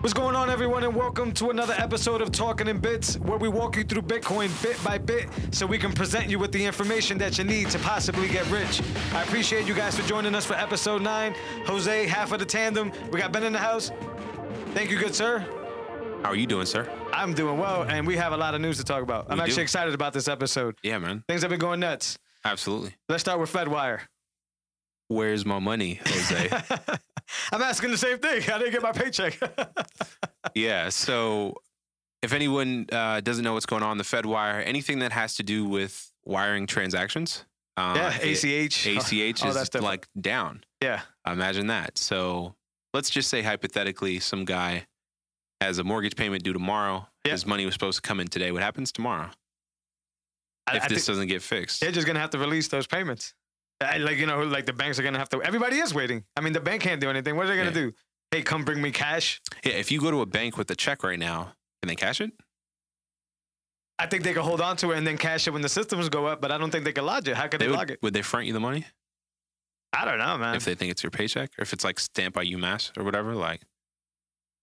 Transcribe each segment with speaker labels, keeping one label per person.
Speaker 1: What's going on, everyone, and welcome to another episode of Talking in Bits, where we walk you through Bitcoin bit by bit so we can present you with the information that you need to possibly get rich. I appreciate you guys for joining us for episode nine. Jose, half of the tandem. We got Ben in the house. Thank you, good sir.
Speaker 2: How are you doing, sir?
Speaker 1: I'm doing well, and we have a lot of news to talk about. I'm
Speaker 2: We do.
Speaker 1: actually excited about this episode.
Speaker 2: Yeah, man.
Speaker 1: Things have been going nuts.
Speaker 2: Absolutely.
Speaker 1: Let's start with FedWire.
Speaker 2: Where's my money, Jose?
Speaker 1: I'm asking the same thing. I didn't get my paycheck.
Speaker 2: yeah. So, if anyone uh, doesn't know what's going on, the Fed wire, anything that has to do with wiring transactions, uh,
Speaker 1: yeah,
Speaker 2: it-
Speaker 1: ACH.
Speaker 2: ACH
Speaker 1: Oh,
Speaker 2: is
Speaker 1: that's different.
Speaker 2: like down.
Speaker 1: Yeah.
Speaker 2: Imagine that. So, let's just say hypothetically, some guy has a mortgage payment due tomorrow.
Speaker 1: Yeah.
Speaker 2: His money was supposed to come in today. What happens tomorrow
Speaker 1: I-
Speaker 2: if
Speaker 1: I
Speaker 2: this
Speaker 1: think
Speaker 2: doesn't get fixed?
Speaker 1: they're just gonna have to release those payments. I- Like you know, like the banks are gonna have to. Everybody is waiting. I mean, the bank can't do anything. What are they gonna
Speaker 2: Yeah.
Speaker 1: do? Hey, come bring me cash.
Speaker 2: yeah. If you go to a bank with a check right now, can they cash it?
Speaker 1: I think they can hold on to it and then cash it when the systems go up. But I don't think they can lodge it. How could they,
Speaker 2: would,
Speaker 1: log it?
Speaker 2: would they front you the money?
Speaker 1: I don't know, man.
Speaker 2: if they think it's your paycheck or if it's like stamped by UMass or whatever. Like,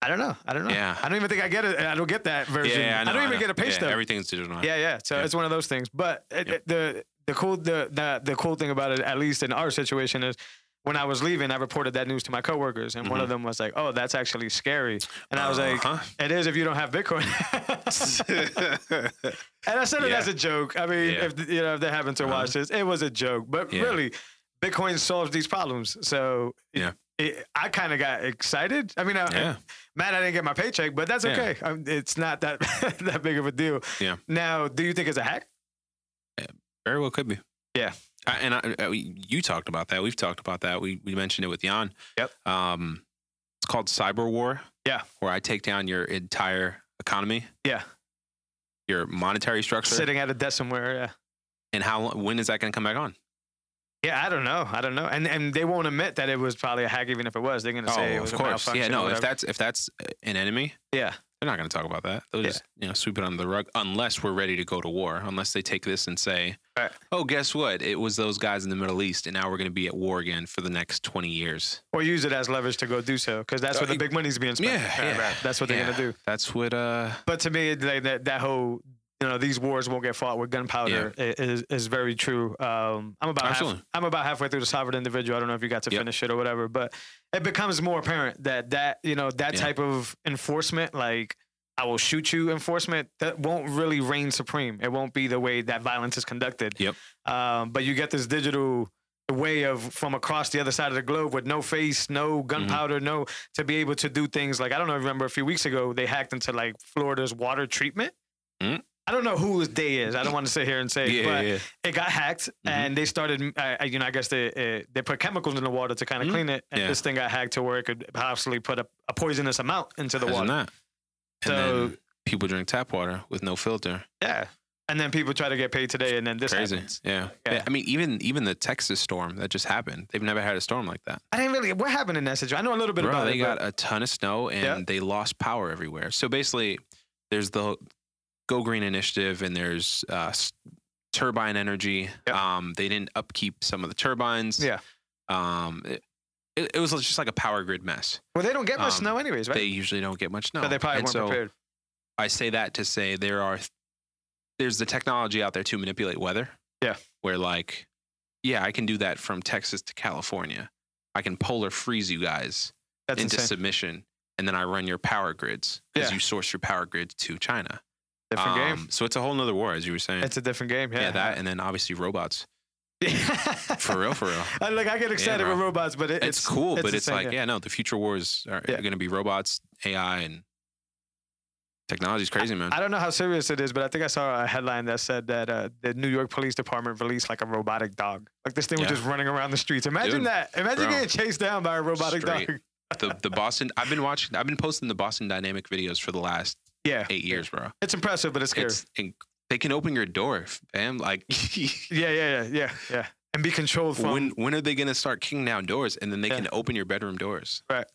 Speaker 1: I don't know. I don't know.
Speaker 2: Yeah.
Speaker 1: I don't even think I get it. I don't get that version.
Speaker 2: yeah, know,
Speaker 1: don't even
Speaker 2: know.
Speaker 1: get a pay
Speaker 2: yeah,
Speaker 1: stub.
Speaker 2: Everything's digital now.
Speaker 1: Yeah, yeah. So
Speaker 2: Yeah.
Speaker 1: it's one of those things. But it,
Speaker 2: Yeah.
Speaker 1: it- the the cool the, the the cool thing about it, at least in our situation, is when I was leaving, I reported that news to my coworkers, and
Speaker 2: Mm-hmm.
Speaker 1: one of them was like, "Oh, that's actually scary," and I was
Speaker 2: Uh-huh.
Speaker 1: like, "It is if you don't have Bitcoin." and I said it
Speaker 2: Yeah.
Speaker 1: as a joke. I mean,
Speaker 2: Yeah.
Speaker 1: if you know if they happen to
Speaker 2: Uh-huh.
Speaker 1: watch this, it was a joke. But
Speaker 2: Yeah.
Speaker 1: really, Bitcoin solves these problems. So
Speaker 2: Yeah.
Speaker 1: It, I kind of got excited. I mean, I,
Speaker 2: yeah.
Speaker 1: Matt, I didn't get my paycheck, but that's
Speaker 2: Yeah.
Speaker 1: okay. Um it's not that that big of a deal.
Speaker 2: Yeah.
Speaker 1: Now, do you think it's a hack?
Speaker 2: Very well could be.
Speaker 1: Yeah.
Speaker 2: I, and I, I, you talked about that. We've talked about that. We, we mentioned it with Jan.
Speaker 1: Yep.
Speaker 2: Um, it's called cyber war.
Speaker 1: Yeah.
Speaker 2: Where I take down your entire economy.
Speaker 1: Yeah.
Speaker 2: Your monetary structure.
Speaker 1: Sitting at a desk somewhere. Yeah.
Speaker 2: And how, lo- when is that going to come back on?
Speaker 1: Yeah, I don't know. I don't know. And and they won't admit that it was probably a hack, even if it was. They're gonna say it was
Speaker 2: Oh, of
Speaker 1: a
Speaker 2: course.
Speaker 1: malfunction.
Speaker 2: Yeah.
Speaker 1: or
Speaker 2: No, if
Speaker 1: whatever.
Speaker 2: that's, if that's uh, an enemy,
Speaker 1: yeah,
Speaker 2: They're not going to talk about that. They'll
Speaker 1: Yeah.
Speaker 2: just you know sweep it under the rug unless we're ready to go to war. Unless they take this and say,
Speaker 1: Right.
Speaker 2: "Oh, guess what? It was those guys in the Middle East, and now we're going to be at war again for the next twenty years."
Speaker 1: or use it as leverage to go do so, because that's
Speaker 2: Uh,
Speaker 1: where the
Speaker 2: it-
Speaker 1: big money's being spent.
Speaker 2: Yeah,
Speaker 1: Right,
Speaker 2: yeah,
Speaker 1: right. That's what they're
Speaker 2: Yeah.
Speaker 1: gonna do.
Speaker 2: That's what. Uh,
Speaker 1: But to me, like that that whole you know these wars won't get fought with gunpowder i- is is very true. Um, I'm about half,
Speaker 2: Absolutely.
Speaker 1: I'm about halfway through the sovereign individual. I don't know if you got to
Speaker 2: Yep.
Speaker 1: finish it or whatever, but it becomes more apparent that that you know that
Speaker 2: Yeah.
Speaker 1: type of enforcement, like I will shoot you enforcement, that won't really reign supreme. It won't be the way that violence is conducted.
Speaker 2: Yep.
Speaker 1: Um, but you get this digital way of from across the other side of the globe with no face, no
Speaker 2: Mm-hmm.
Speaker 1: gunpowder, no to be able to do things like I don't know. Remember a few weeks ago they hacked into like Florida's water treatment.
Speaker 2: Mm.
Speaker 1: I don't know whose day is. I don't want to sit here and say,
Speaker 2: yeah,
Speaker 1: but
Speaker 2: yeah, Mm-hmm.
Speaker 1: it got hacked, and they started. Uh, you know, I guess they uh, they put chemicals in the water to kind of
Speaker 2: Mhm.
Speaker 1: clean it, and
Speaker 2: Yeah.
Speaker 1: this thing got hacked to where it could possibly put a, a poisonous amount into the
Speaker 2: Imagine
Speaker 1: water.
Speaker 2: that. And
Speaker 1: So-
Speaker 2: then people drink tap water with no filter.
Speaker 1: Yeah, and then people try to get paid today, and then this
Speaker 2: Crazy.
Speaker 1: happens.
Speaker 2: Yeah.
Speaker 1: Yeah.
Speaker 2: yeah. I mean, even even the Texas storm that just happened. They've never had a storm like that.
Speaker 1: I didn't really. What happened in that situation? I know a little bit
Speaker 2: Bro,
Speaker 1: about
Speaker 2: they
Speaker 1: it.
Speaker 2: got
Speaker 1: but,
Speaker 2: a ton of snow and
Speaker 1: Yeah.
Speaker 2: they lost power everywhere. So basically, there's the Go Green initiative and there's uh, s- turbine energy.
Speaker 1: Yep.
Speaker 2: Um, they didn't upkeep some of the turbines.
Speaker 1: Yeah.
Speaker 2: Um, it, it, it was just like a power grid mess.
Speaker 1: well, they don't get much
Speaker 2: um,
Speaker 1: snow anyways, right?
Speaker 2: They usually don't get much snow.
Speaker 1: so they probably
Speaker 2: And
Speaker 1: weren't
Speaker 2: so
Speaker 1: prepared.
Speaker 2: I say that to say there are there's the technology out there to manipulate weather.
Speaker 1: Yeah.
Speaker 2: Where like, yeah, I can do that from Texas to California. I can polar freeze you guys
Speaker 1: That's
Speaker 2: into
Speaker 1: insane.
Speaker 2: submission, and then I run your power grids because
Speaker 1: Yeah.
Speaker 2: you source your power grids to China.
Speaker 1: Different game.
Speaker 2: Um, So it's a whole nother war, as you were saying.
Speaker 1: It's a different game.
Speaker 2: yeah.
Speaker 1: Yeah,
Speaker 2: that, and then obviously robots. For
Speaker 1: for
Speaker 2: real, for real.
Speaker 1: I, like I get excited
Speaker 2: bro.
Speaker 1: with robots, but it,
Speaker 2: It's, cool, but it's
Speaker 1: insane,
Speaker 2: like,
Speaker 1: yeah.
Speaker 2: yeah. no, the future wars are
Speaker 1: Yeah.
Speaker 2: going to be robots, AI, and technology's crazy, man.
Speaker 1: I don't know how serious it is, but I think I saw a headline that said that uh, the New York Police Department released like a robotic dog. Like this thing was
Speaker 2: Yeah.
Speaker 1: just running around the streets. Imagine
Speaker 2: Dude,
Speaker 1: that. Imagine
Speaker 2: bro.
Speaker 1: getting chased down by a robotic
Speaker 2: Straight.
Speaker 1: dog.
Speaker 2: the the Boston. I've been watching. I've been posting the Boston Dynamic videos for the last
Speaker 1: Yeah,
Speaker 2: eight years, bro.
Speaker 1: it's impressive, but it's scary.
Speaker 2: It's and they can open your door, fam. Like,
Speaker 1: yeah, yeah, yeah, yeah, yeah, and be controlled from.
Speaker 2: when when are they gonna start kicking down doors and then they
Speaker 1: Yeah.
Speaker 2: can open your bedroom doors?
Speaker 1: Right.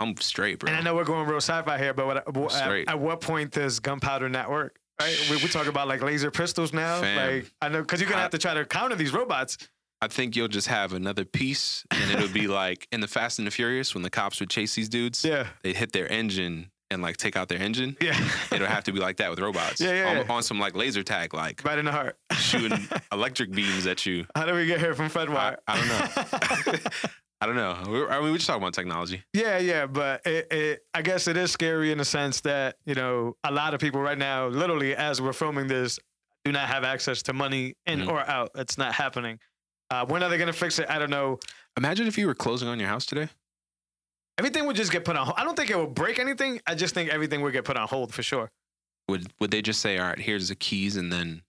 Speaker 2: I'm straight, bro.
Speaker 1: and I know we're going real sci-fi here, but what, wh- at,
Speaker 2: Straight.
Speaker 1: at what point does gunpowder not work? Right, we, we talk about like laser pistols now.
Speaker 2: Fam.
Speaker 1: Like I know because you're gonna
Speaker 2: I-
Speaker 1: have to try to counter these robots.
Speaker 2: I think you'll just have another piece, and it'll be like in the Fast and the Furious when the cops would chase these dudes.
Speaker 1: Yeah.
Speaker 2: They'd hit their engine and like take out their engine.
Speaker 1: Yeah.
Speaker 2: It'll have to be like that with robots.
Speaker 1: Yeah, yeah,
Speaker 2: on,
Speaker 1: yeah.
Speaker 2: on some like laser tag, like
Speaker 1: right in the heart.
Speaker 2: shooting electric beams at you.
Speaker 1: How do we get here from
Speaker 2: I,
Speaker 1: Fedwire?
Speaker 2: I don't know. I don't know. We were- I mean, we just talking about technology.
Speaker 1: Yeah, yeah, but it, it, I guess it is scary in the sense that you know a lot of people right now, literally as we're filming this, do not have access to money in
Speaker 2: Mhm.
Speaker 1: or out. It's not happening. Uh, when are they gonna fix it? I don't know.
Speaker 2: Imagine if you were closing on your house today.
Speaker 1: Everything would just get put on. hold. I don't think it will break anything. I just think everything would get put on hold for sure.
Speaker 2: Would would they just say, "All right, here's the keys," and then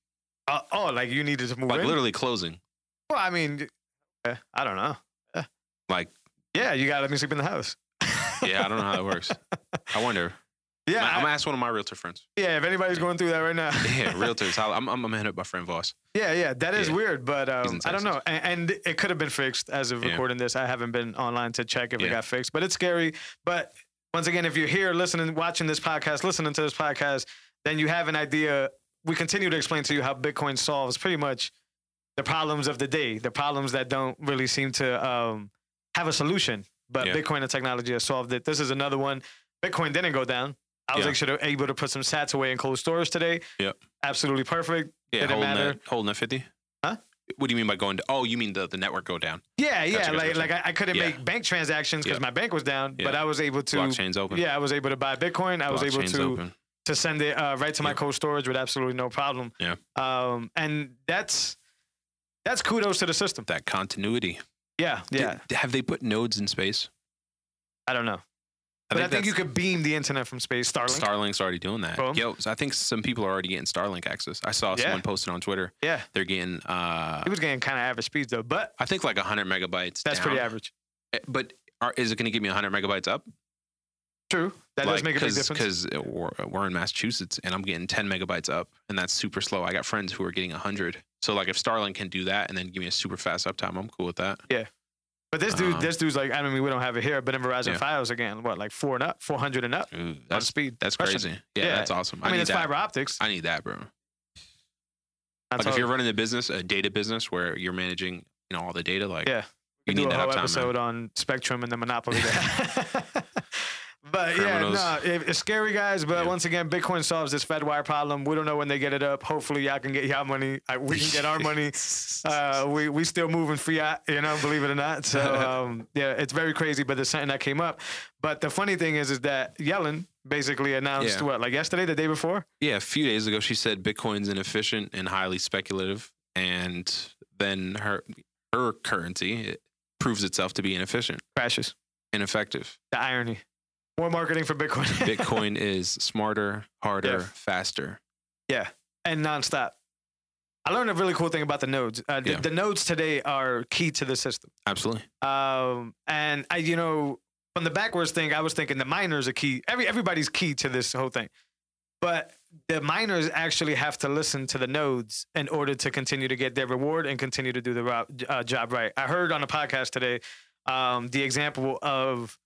Speaker 1: Uh, oh, like you needed to move
Speaker 2: like
Speaker 1: in?
Speaker 2: literally closing?
Speaker 1: Well, I mean, eh, I don't know. Eh.
Speaker 2: Like-
Speaker 1: yeah, you gotta let me sleep in the house.
Speaker 2: Yeah, I don't know how that works. I wonder.
Speaker 1: Yeah,
Speaker 2: I'm,
Speaker 1: I-
Speaker 2: I'm gonna ask one of my realtor friends.
Speaker 1: yeah. If anybody's going through that right now,
Speaker 2: Yeah, realtors. I'll, I'm I'm gonna hit up my friend Voss.
Speaker 1: Yeah, yeah, that is
Speaker 2: Yeah.
Speaker 1: weird, but um,
Speaker 2: in
Speaker 1: I don't know. And, and it could have been fixed as of
Speaker 2: Yeah.
Speaker 1: recording this. I haven't been online to check if it
Speaker 2: Yeah.
Speaker 1: got fixed, but it's scary. But once again, if you're here listening, watching this podcast, listening to this podcast, then you have an idea. We continue to explain to you how Bitcoin solves pretty much the problems of the day, the problems that don't really seem to um, have a solution. But
Speaker 2: Yeah.
Speaker 1: Bitcoin and technology has solved it. This is another one. Bitcoin didn't go down. I was
Speaker 2: Yeah.
Speaker 1: actually able to put some sats away in cold storage today.
Speaker 2: Yep.
Speaker 1: Absolutely perfect.
Speaker 2: Yeah,
Speaker 1: Did it
Speaker 2: holding
Speaker 1: matter?
Speaker 2: that holding that fifty.
Speaker 1: Huh?
Speaker 2: What do you mean by going? To, oh, you mean the, the network go down?
Speaker 1: Yeah, yeah.
Speaker 2: gotcha,
Speaker 1: like
Speaker 2: gotcha.
Speaker 1: like I, I couldn't
Speaker 2: Yeah.
Speaker 1: make bank transactions because
Speaker 2: Yeah.
Speaker 1: my bank was down, but
Speaker 2: Yeah.
Speaker 1: I was able to.
Speaker 2: Blockchain's open.
Speaker 1: Yeah, I was able to buy Bitcoin. I was able
Speaker 2: Blockchain's
Speaker 1: to
Speaker 2: open.
Speaker 1: to send it uh, right to my
Speaker 2: Yeah.
Speaker 1: cold storage with absolutely no problem.
Speaker 2: Yeah.
Speaker 1: Um, and that's that's kudos to the system.
Speaker 2: that continuity.
Speaker 1: Yeah,
Speaker 2: Did-
Speaker 1: yeah.
Speaker 2: have they put nodes in space?
Speaker 1: I don't know, but I think you
Speaker 2: that's-
Speaker 1: could beam the internet from space. Starlink.
Speaker 2: Starlink's already doing that.
Speaker 1: Boom.
Speaker 2: Yo, so I think some people are already getting Starlink access. I saw
Speaker 1: Yeah.
Speaker 2: someone posted on Twitter.
Speaker 1: yeah,
Speaker 2: They're getting, uh,
Speaker 1: he was getting kind of average speeds though, but
Speaker 2: I think like 100 megabytes.
Speaker 1: that's
Speaker 2: down.
Speaker 1: pretty average.
Speaker 2: Eh, But are, is it going to give me 100 megabytes up?
Speaker 1: True. That does
Speaker 2: Like,
Speaker 1: make a big
Speaker 2: cause,
Speaker 1: difference.
Speaker 2: Because we're, we're in Massachusetts and I'm getting 10 megabytes up, and that's super slow. I got friends who are getting 100. So like if Starlink can do that and then give me a super fast uptime, I'm cool with that.
Speaker 1: but this dude,
Speaker 2: um,
Speaker 1: this dude's like, I mean, we don't have it here, but in Verizon
Speaker 2: Yeah.
Speaker 1: Files again, what like four and up, four hundred and up
Speaker 2: Ooh,
Speaker 1: on
Speaker 2: that's
Speaker 1: speed.
Speaker 2: that's
Speaker 1: Question.
Speaker 2: crazy. Yeah,
Speaker 1: Yeah.
Speaker 2: that's awesome. I,
Speaker 1: I, mean,
Speaker 2: need
Speaker 1: it's
Speaker 2: that.
Speaker 1: fiber optics.
Speaker 2: I need that, bro.
Speaker 1: That's
Speaker 2: Like if
Speaker 1: all-
Speaker 2: you're running a business, a data business where you're managing, you know, all the data, like
Speaker 1: Yeah.
Speaker 2: you
Speaker 1: We do
Speaker 2: need
Speaker 1: a
Speaker 2: that
Speaker 1: whole
Speaker 2: uptime. man.
Speaker 1: episode on Spectrum and the monopoly there. but
Speaker 2: Criminals.
Speaker 1: yeah, no, it, it's scary, guys. But
Speaker 2: Yeah.
Speaker 1: once again, Bitcoin solves this FedWire problem. We don't know when they get it up. Hopefully, y'all can get y'all money. I, we can get our money. Uh, we we still moving fiat, you know, believe it or not. So um, yeah, it's very crazy. But there's something that came up. But the funny thing is, is that Yellen basically announced
Speaker 2: Yeah.
Speaker 1: what, like yesterday, the day before.
Speaker 2: Yeah, a few days ago, she said Bitcoin's inefficient and highly speculative, and then her her currency it proves itself to be inefficient,
Speaker 1: Crashes.
Speaker 2: ineffective.
Speaker 1: The irony. More marketing for Bitcoin.
Speaker 2: Bitcoin is smarter, harder,
Speaker 1: Yeah.
Speaker 2: faster.
Speaker 1: and nonstop. I learned a really cool thing about the nodes. Uh, the,
Speaker 2: Yeah.
Speaker 1: the nodes today are key to the system.
Speaker 2: Absolutely.
Speaker 1: Um, and I, you know, from the backwards thing, I was thinking the miners are key. Every everybody's key to this whole thing, but the miners actually have to listen to the nodes in order to continue to get their reward and continue to do the ro- uh, job right. I heard on a podcast today um, the example of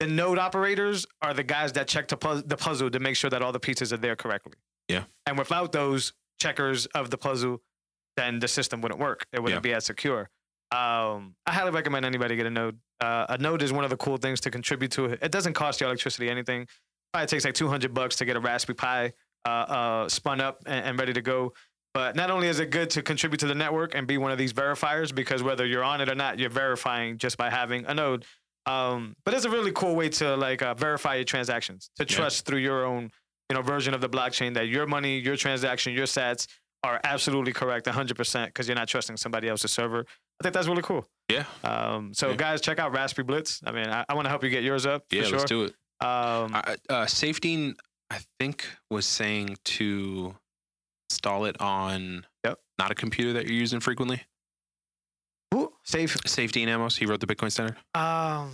Speaker 1: the node operators are the guys that check the, puz- the puzzle to make sure that all the pieces are there correctly.
Speaker 2: Yeah.
Speaker 1: And without those checkers of the puzzle, then the system wouldn't work. It wouldn't
Speaker 2: Yeah.
Speaker 1: be as secure. Um, I highly recommend anybody get a node. Uh, a node is one of the cool things to contribute to. It doesn't cost you electricity anything. Probably takes like 200 bucks to get a Raspberry Pi uh, uh, spun up and, and ready to go. But not only is it good to contribute to the network and be one of these verifiers, because whether you're on it or not, you're verifying just by having a node. Um, but it's a really cool way to like uh, verify your transactions, to
Speaker 2: Yeah.
Speaker 1: trust through your own you know version of the blockchain that your money, your transaction, your sats are absolutely correct 100% because you're not trusting somebody else's server. I think that's really cool.
Speaker 2: Yeah.
Speaker 1: Um, so
Speaker 2: Yeah.
Speaker 1: guys, check out Raspberry Blitz. I mean, I, I want to help you get yours up
Speaker 2: Yeah,
Speaker 1: for sure.
Speaker 2: let's do it.
Speaker 1: um,
Speaker 2: I, I- uh, Safety, I think, was saying to install it on
Speaker 1: Yep.
Speaker 2: not a computer that you're using frequently.
Speaker 1: who- safe.
Speaker 2: Safety and Amos, he wrote the Bitcoin Standard.
Speaker 1: Um,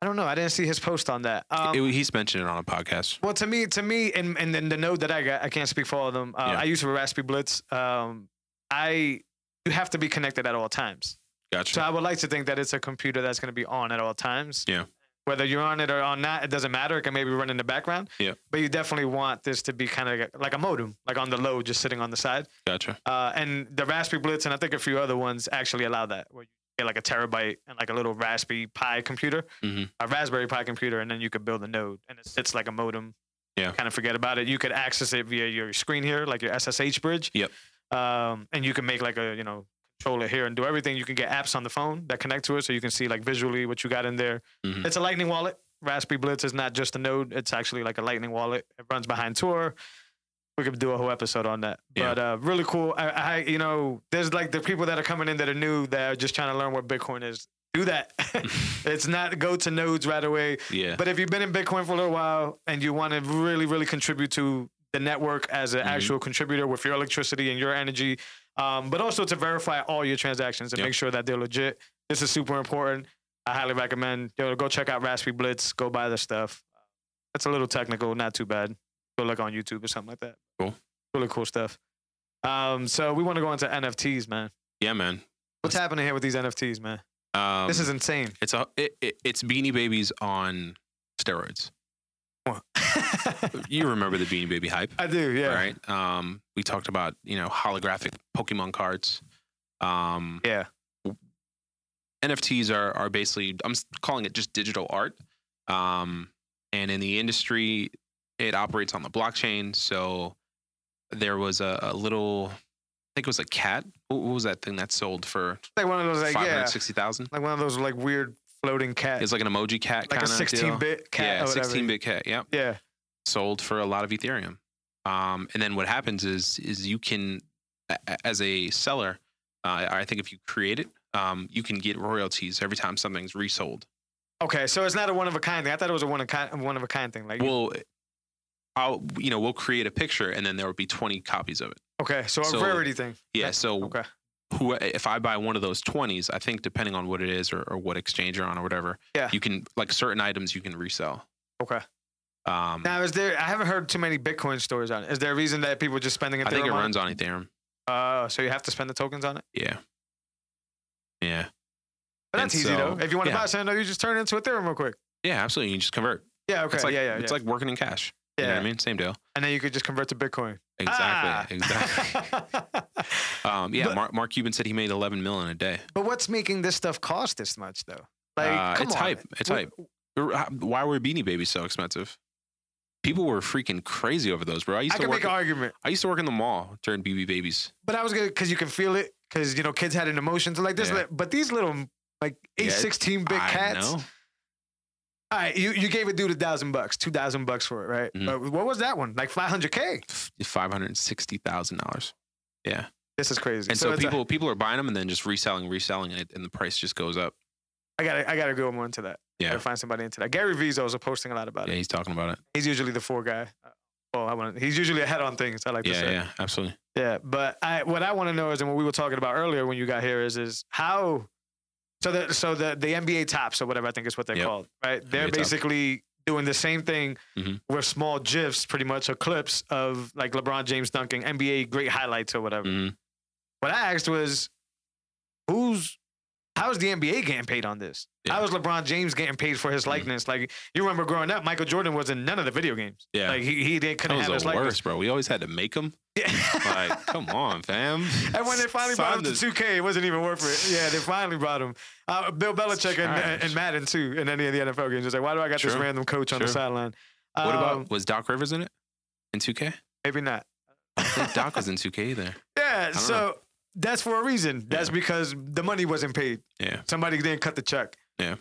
Speaker 1: I don't know. I didn't see his post on that. Um,
Speaker 2: It- he's mentioned it on a podcast.
Speaker 1: Well, to me, to me, and and then the node that I got, I can't speak for all of them. Uh,
Speaker 2: Yeah.
Speaker 1: I use for Raspberry Blitz. Um, I you have to be connected at all times.
Speaker 2: Gotcha.
Speaker 1: So I would like to think that it's a computer that's going to be on at all times.
Speaker 2: Yeah.
Speaker 1: Whether you're on it or on not, it doesn't matter. It can maybe run in the background.
Speaker 2: Yeah.
Speaker 1: But you definitely want this to be kind of like a modem, like on the low, just sitting on the side.
Speaker 2: Gotcha.
Speaker 1: Uh, and the Raspberry Blitz and I think a few other ones actually allow that, where you get like a terabyte and like a little Raspberry Pi computer,
Speaker 2: Mhm.
Speaker 1: a Raspberry Pi computer, and then you could build a node, and it sits like a modem.
Speaker 2: Yeah.
Speaker 1: Kind of forget about it. You could access it via your screen here, like your SSH bridge.
Speaker 2: Yep.
Speaker 1: Um, and you can make like a you know controller here and do everything. You can get apps on the phone that connect to it, so you can see like visually what you got in there.
Speaker 2: Mhm.
Speaker 1: It's a Lightning wallet. Raspberry Blitz is not just a node; it's actually like a Lightning wallet. It runs behind Tor we could do a whole episode on that.
Speaker 2: Yeah.
Speaker 1: But uh, really cool. I, I, you know, there's like the people that are coming in that are new that are just trying to learn what Bitcoin is. Do that. it's not go to nodes right away.
Speaker 2: Yeah.
Speaker 1: But if you've been in Bitcoin for a little while and you want to really, really contribute to the network as an
Speaker 2: Mhm.
Speaker 1: actual contributor with your electricity and your energy, um, but also to verify all your transactions and
Speaker 2: Yep.
Speaker 1: make sure that they're legit, this is super important. I highly recommend yo, go check out Raspberry Blitz. Go buy their stuff. It's a little technical, not too bad. Go look on YouTube or something like that.
Speaker 2: Cool.
Speaker 1: Really cool stuff. Um, so we want to go into NFTs, man.
Speaker 2: yeah, man.
Speaker 1: What's happening here with these NFTs, man?
Speaker 2: Um,
Speaker 1: this is insane.
Speaker 2: it's a it, it, it's Beanie Babies on steroids. You remember the Beanie Baby hype?
Speaker 1: I do, yeah.
Speaker 2: right? Um, we talked about you know holographic Pokemon cards. Um,
Speaker 1: Yeah.
Speaker 2: NFTs are are basically I'm s- calling it just digital art. Um, and in the industry, it operates on the blockchain. So there was a, a little, I think it was a cat. What what was that thing that sold for
Speaker 1: Like one of those, like
Speaker 2: five
Speaker 1: yeah,
Speaker 2: hundred sixty thousand?
Speaker 1: like one of those like weird floating cats,
Speaker 2: It's like an emoji cat,
Speaker 1: like a
Speaker 2: kinda deal.
Speaker 1: 16-bit cat.
Speaker 2: yeah,
Speaker 1: or whatever.
Speaker 2: sixteen bit cat. Yep.
Speaker 1: Yeah,
Speaker 2: sold for a lot of Ethereum. Um, and then what happens is is you can, a- a- as a seller, uh, I think if you create it, um, you can get royalties every time something's resold.
Speaker 1: Okay, so it's not a one of a kind thing. I thought it was a one of kind, one of a kind thing. Like,
Speaker 2: Well, I'll you know we'll create a picture and then there will be twenty copies of it.
Speaker 1: okay, so a
Speaker 2: so-
Speaker 1: rarity thing.
Speaker 2: Yeah.
Speaker 1: Yep.
Speaker 2: So
Speaker 1: Okay.
Speaker 2: who if I buy one of those twenties, I think depending on what it is or, or what exchange you're on or whatever,
Speaker 1: Yeah.
Speaker 2: you can like certain items you can resell.
Speaker 1: Okay.
Speaker 2: Um,
Speaker 1: Now, is there? I haven't heard too many Bitcoin stories on it. Is there a reason that people are just spending? Ethereum
Speaker 2: I think it
Speaker 1: on
Speaker 2: runs on Ethereum.
Speaker 1: Uh, so you have to spend the tokens on it.
Speaker 2: Yeah. Yeah.
Speaker 1: But
Speaker 2: And
Speaker 1: that's easy
Speaker 2: so-
Speaker 1: though. If you want to
Speaker 2: uh, yeah.
Speaker 1: buy something, though, you just turn it into Ethereum real quick.
Speaker 2: Yeah. Absolutely. You can just convert.
Speaker 1: Yeah. Okay.
Speaker 2: It's like
Speaker 1: yeah. Yeah.
Speaker 2: it's
Speaker 1: yeah.
Speaker 2: like working in cash.
Speaker 1: yeah.
Speaker 2: You know what I mean? Same deal.
Speaker 1: And then you could just convert to Bitcoin. Ah!
Speaker 2: Exactly. Exactly. Um, yeah,
Speaker 1: But-
Speaker 2: Mark, Mark Cuban said he made 11 mil in a day.
Speaker 1: but what's making this stuff cost this much though? Like,
Speaker 2: Uh,
Speaker 1: come
Speaker 2: it's
Speaker 1: on.
Speaker 2: hype. It's
Speaker 1: Wh-
Speaker 2: hype. Why were Beanie Babies so expensive? People were freaking crazy over those, bro. I used
Speaker 1: I
Speaker 2: to
Speaker 1: can
Speaker 2: work.
Speaker 1: make an argument,
Speaker 2: I used to work in the mall during BB Babies.
Speaker 1: but I was gonna because you can feel it because you know kids had an emotion to like this.
Speaker 2: Yeah.
Speaker 1: li- But these little like
Speaker 2: Yeah,
Speaker 1: eight
Speaker 2: it's-
Speaker 1: sixteen bit
Speaker 2: I
Speaker 1: cats.
Speaker 2: know.
Speaker 1: All right, you, you gave a dude a thousand bucks, two thousand bucks for it, right?
Speaker 2: Mhm.
Speaker 1: But what was that one? Like five hundred k.
Speaker 2: Five hundred sixty thousand dollars,
Speaker 1: This is crazy.
Speaker 2: and so,
Speaker 1: it's a-
Speaker 2: people people are buying them and then just reselling, reselling it, and the price just goes up.
Speaker 1: I gotta I gotta go more into that. I
Speaker 2: Yeah,
Speaker 1: gotta find somebody into that. Gary V's also posting a lot about
Speaker 2: yeah,
Speaker 1: it.
Speaker 2: he's talking about it.
Speaker 1: He's usually the four guy. Uh, Well, I want he's usually ahead on things. I like to
Speaker 2: Yeah,
Speaker 1: say.
Speaker 2: yeah, absolutely.
Speaker 1: Yeah, but I what I want to know is, and what we were talking about earlier when you got here is, is how so the so the the NBA tops or whatever I think is what they're
Speaker 2: Yep.
Speaker 1: called, right? They're
Speaker 2: NBA top.
Speaker 1: basically doing the same thing
Speaker 2: Mhm.
Speaker 1: with small gifs, pretty much, or clips of like LeBron James dunking, NBA great highlights or whatever.
Speaker 2: hmm
Speaker 1: What I asked was, who's how is the NBA getting paid on this?
Speaker 2: Yeah. Mm.
Speaker 1: How is LeBron James getting paid for his likeness? Like you remember growing up, Michael Jordan was in none of the video games.
Speaker 2: Yeah,
Speaker 1: Like he he didn't couldn't
Speaker 2: that
Speaker 1: have his
Speaker 2: was the
Speaker 1: likeness.
Speaker 2: worst, bro. We always had to make them.
Speaker 1: Yeah.
Speaker 2: Like, come on, fam.
Speaker 1: And when they finally brought him
Speaker 2: Son
Speaker 1: to
Speaker 2: is-
Speaker 1: 2K, it wasn't even worth it. Yeah, they finally brought him. Uh, Bill Belichick
Speaker 2: trash.
Speaker 1: and, and Madden too, in any of the NFL games. It's like, why do I got this
Speaker 2: Sure.
Speaker 1: random coach on the
Speaker 2: Sure.
Speaker 1: sideline?
Speaker 2: What
Speaker 1: Um,
Speaker 2: about was Doc Rivers in it? In 2K?
Speaker 1: maybe not?
Speaker 2: I don't think Doc was in 2K either.
Speaker 1: Yeah,
Speaker 2: know.
Speaker 1: so that's for a reason. That's because the money wasn't paid.
Speaker 2: Yeah.
Speaker 1: Somebody didn't cut the check.
Speaker 2: Yeah.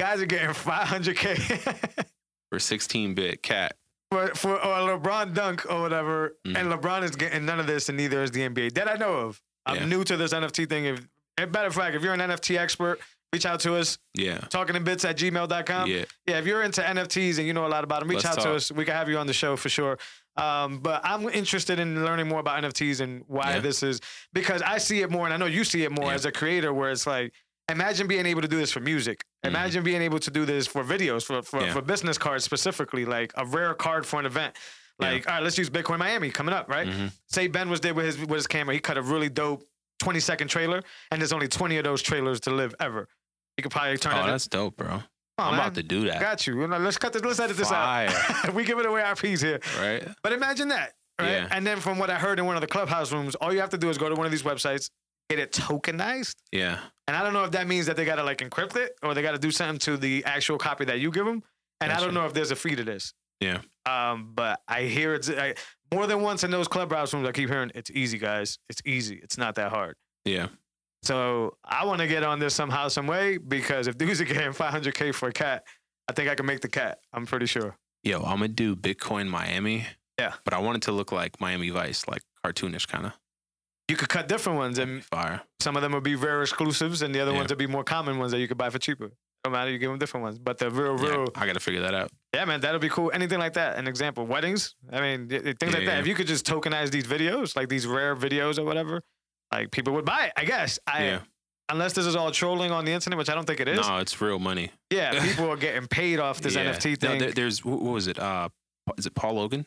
Speaker 1: Guys are getting 500K
Speaker 2: Or 16 bit cat.
Speaker 1: for, for or a LeBron dunk or whatever.
Speaker 2: Mm.
Speaker 1: And LeBron is getting none of this, and neither is the NBA that I know of. I'm
Speaker 2: Yeah.
Speaker 1: new to this NFT thing. If, and matter of fact, if you're an NFT expert, reach out to us.
Speaker 2: Yeah.
Speaker 1: talking in bits at gmail.com. Yeah.
Speaker 2: yeah.
Speaker 1: if you're into NFTs and you know a lot about them, reach out
Speaker 2: Let's
Speaker 1: to
Speaker 2: talk.
Speaker 1: us. We can have you on the show for sure. Um, but I'm interested in learning more about NFTs and why
Speaker 2: Yeah.
Speaker 1: this is because I see it more and I know you see it more
Speaker 2: Yeah.
Speaker 1: as a creator where it's like, imagine being able to do this for music.
Speaker 2: Mhm.
Speaker 1: Imagine being able to do this for videos, for, for,
Speaker 2: Yeah.
Speaker 1: for business cards specifically, like a rare card for an event.
Speaker 2: Yeah.
Speaker 1: Like, all right, let's use Bitcoin Miami coming up, right?
Speaker 2: Mhm.
Speaker 1: Say Ben was there with his with his camera. He cut a really dope 20 second trailer, and there's only 20 of those trailers to live ever. You could probably turn
Speaker 2: Oh,
Speaker 1: it
Speaker 2: that's dope, bro. I'm
Speaker 1: man.
Speaker 2: about to do that.
Speaker 1: Got you. Let's cut this. Let's edit this out. we giving away our peas here.
Speaker 2: right?
Speaker 1: But imagine that. Right?
Speaker 2: Yeah.
Speaker 1: And then from what I heard in one of the clubhouse rooms, all you have to do is go to one of these websites, get it tokenized.
Speaker 2: Yeah.
Speaker 1: And I don't know if that means that they gotta like encrypt it or they gotta do something to the actual copy that you give them. And I
Speaker 2: Gotcha.
Speaker 1: don't know if there's a fee to this.
Speaker 2: Yeah.
Speaker 1: Um, but I hear it's I, more than once in those clubhouse rooms. I keep hearing it's easy, guys. It's easy. It's not that hard.
Speaker 2: Yeah.
Speaker 1: So I want to get on this somehow, some way, because if dudes are getting 500k for a cat, I think I can make the cat. I'm pretty sure.
Speaker 2: Yo, I'm gonna do Bitcoin Miami.
Speaker 1: Yeah.
Speaker 2: But I want it to look like Miami Vice, like cartoonish kind of
Speaker 1: You could cut different ones, and
Speaker 2: fire.
Speaker 1: some of them would be rare exclusives, and the other
Speaker 2: Yeah.
Speaker 1: ones would be more common ones that you could buy for cheaper. No matter, you give them different ones. But the real,
Speaker 2: Yeah,
Speaker 1: real,
Speaker 2: I gotta figure that out.
Speaker 1: yeah, man, that'll be cool. Anything like that, an example, weddings. I mean, y- y- things like
Speaker 2: Yeah,
Speaker 1: that.
Speaker 2: yeah.
Speaker 1: If you could just tokenize these videos, like these rare videos or whatever, like people would buy it. I guess. I
Speaker 2: yeah.
Speaker 1: unless this is all trolling on the internet, which I don't think it is.
Speaker 2: No, it's real money.
Speaker 1: Yeah, people are getting paid off this
Speaker 2: Yeah.
Speaker 1: NFT
Speaker 2: No,
Speaker 1: thing.
Speaker 2: there- there's wh- what was it? Uh, is it Paul Logan?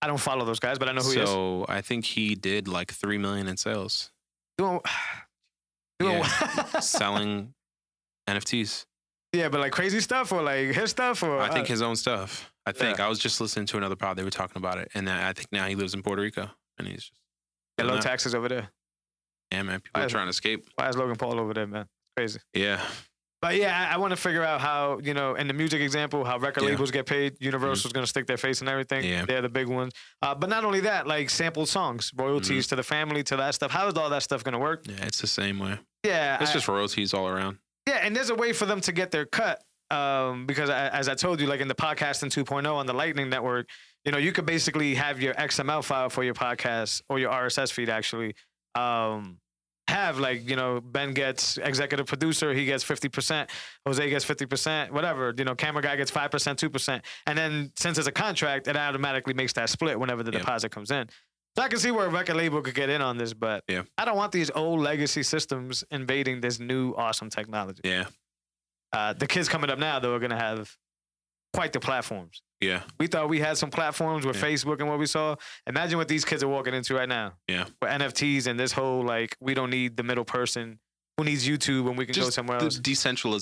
Speaker 1: I don't follow those guys, but I know who he is.
Speaker 2: so I think he did like three million in sales
Speaker 1: doing, doing yeah.
Speaker 2: selling NFTs.
Speaker 1: yeah, but like crazy stuff or like his stuff or
Speaker 2: I think
Speaker 1: uh,
Speaker 2: his own stuff. I think I was just listening to another pod. They were talking about it, and I I think now he lives in Puerto Rico, and he's just
Speaker 1: yeah, low
Speaker 2: doing that.
Speaker 1: taxes over there.
Speaker 2: Yeah, man, people are
Speaker 1: Why-
Speaker 2: trying to escape.
Speaker 1: Why is Logan Paul over there, man? Crazy.
Speaker 2: Yeah,
Speaker 1: But yeah, I, I want to figure out how you know in the music example how record
Speaker 2: Yeah. Mm-hmm.
Speaker 1: labels get paid. Universal's gonna stick their face in everything.
Speaker 2: Yeah.
Speaker 1: They're the big ones. Uh, but not only that, like sampled songs, royalties
Speaker 2: Mm-hmm.
Speaker 1: to the family, to that stuff. How is all that stuff gonna work?
Speaker 2: yeah, it's the same way.
Speaker 1: Yeah,
Speaker 2: It's
Speaker 1: I-
Speaker 2: just royalties all around.
Speaker 1: Yeah, and there's a way for them to get their cut. Um, because I, as I told you, like in the podcasting 2.0 on the Lightning Network, you know, you could basically have your XML file for your podcast or your RSS feed actually. Um, have like you know Ben gets executive producer, he gets fifty percent, Jose gets fifty percent, whatever. You know, camera guy gets five percent, two percent, and then since it's a contract, it automatically makes that split whenever the
Speaker 2: Yeah.
Speaker 1: deposit comes in. So I can see where a record label could get in on this, but
Speaker 2: Yeah.
Speaker 1: I don't want these old legacy systems invading this new awesome technology.
Speaker 2: Yeah,
Speaker 1: Uh, the kids coming up now, though, are going to have quite the platforms.
Speaker 2: yeah,
Speaker 1: We thought we had some platforms with
Speaker 2: Yeah.
Speaker 1: Facebook and what we saw. Imagine what these kids are walking into right now.
Speaker 2: Yeah.
Speaker 1: With NFTs and this whole, like, we don't need the middle person who needs YouTube when we can go
Speaker 2: just
Speaker 1: somewhere
Speaker 2: the
Speaker 1: else.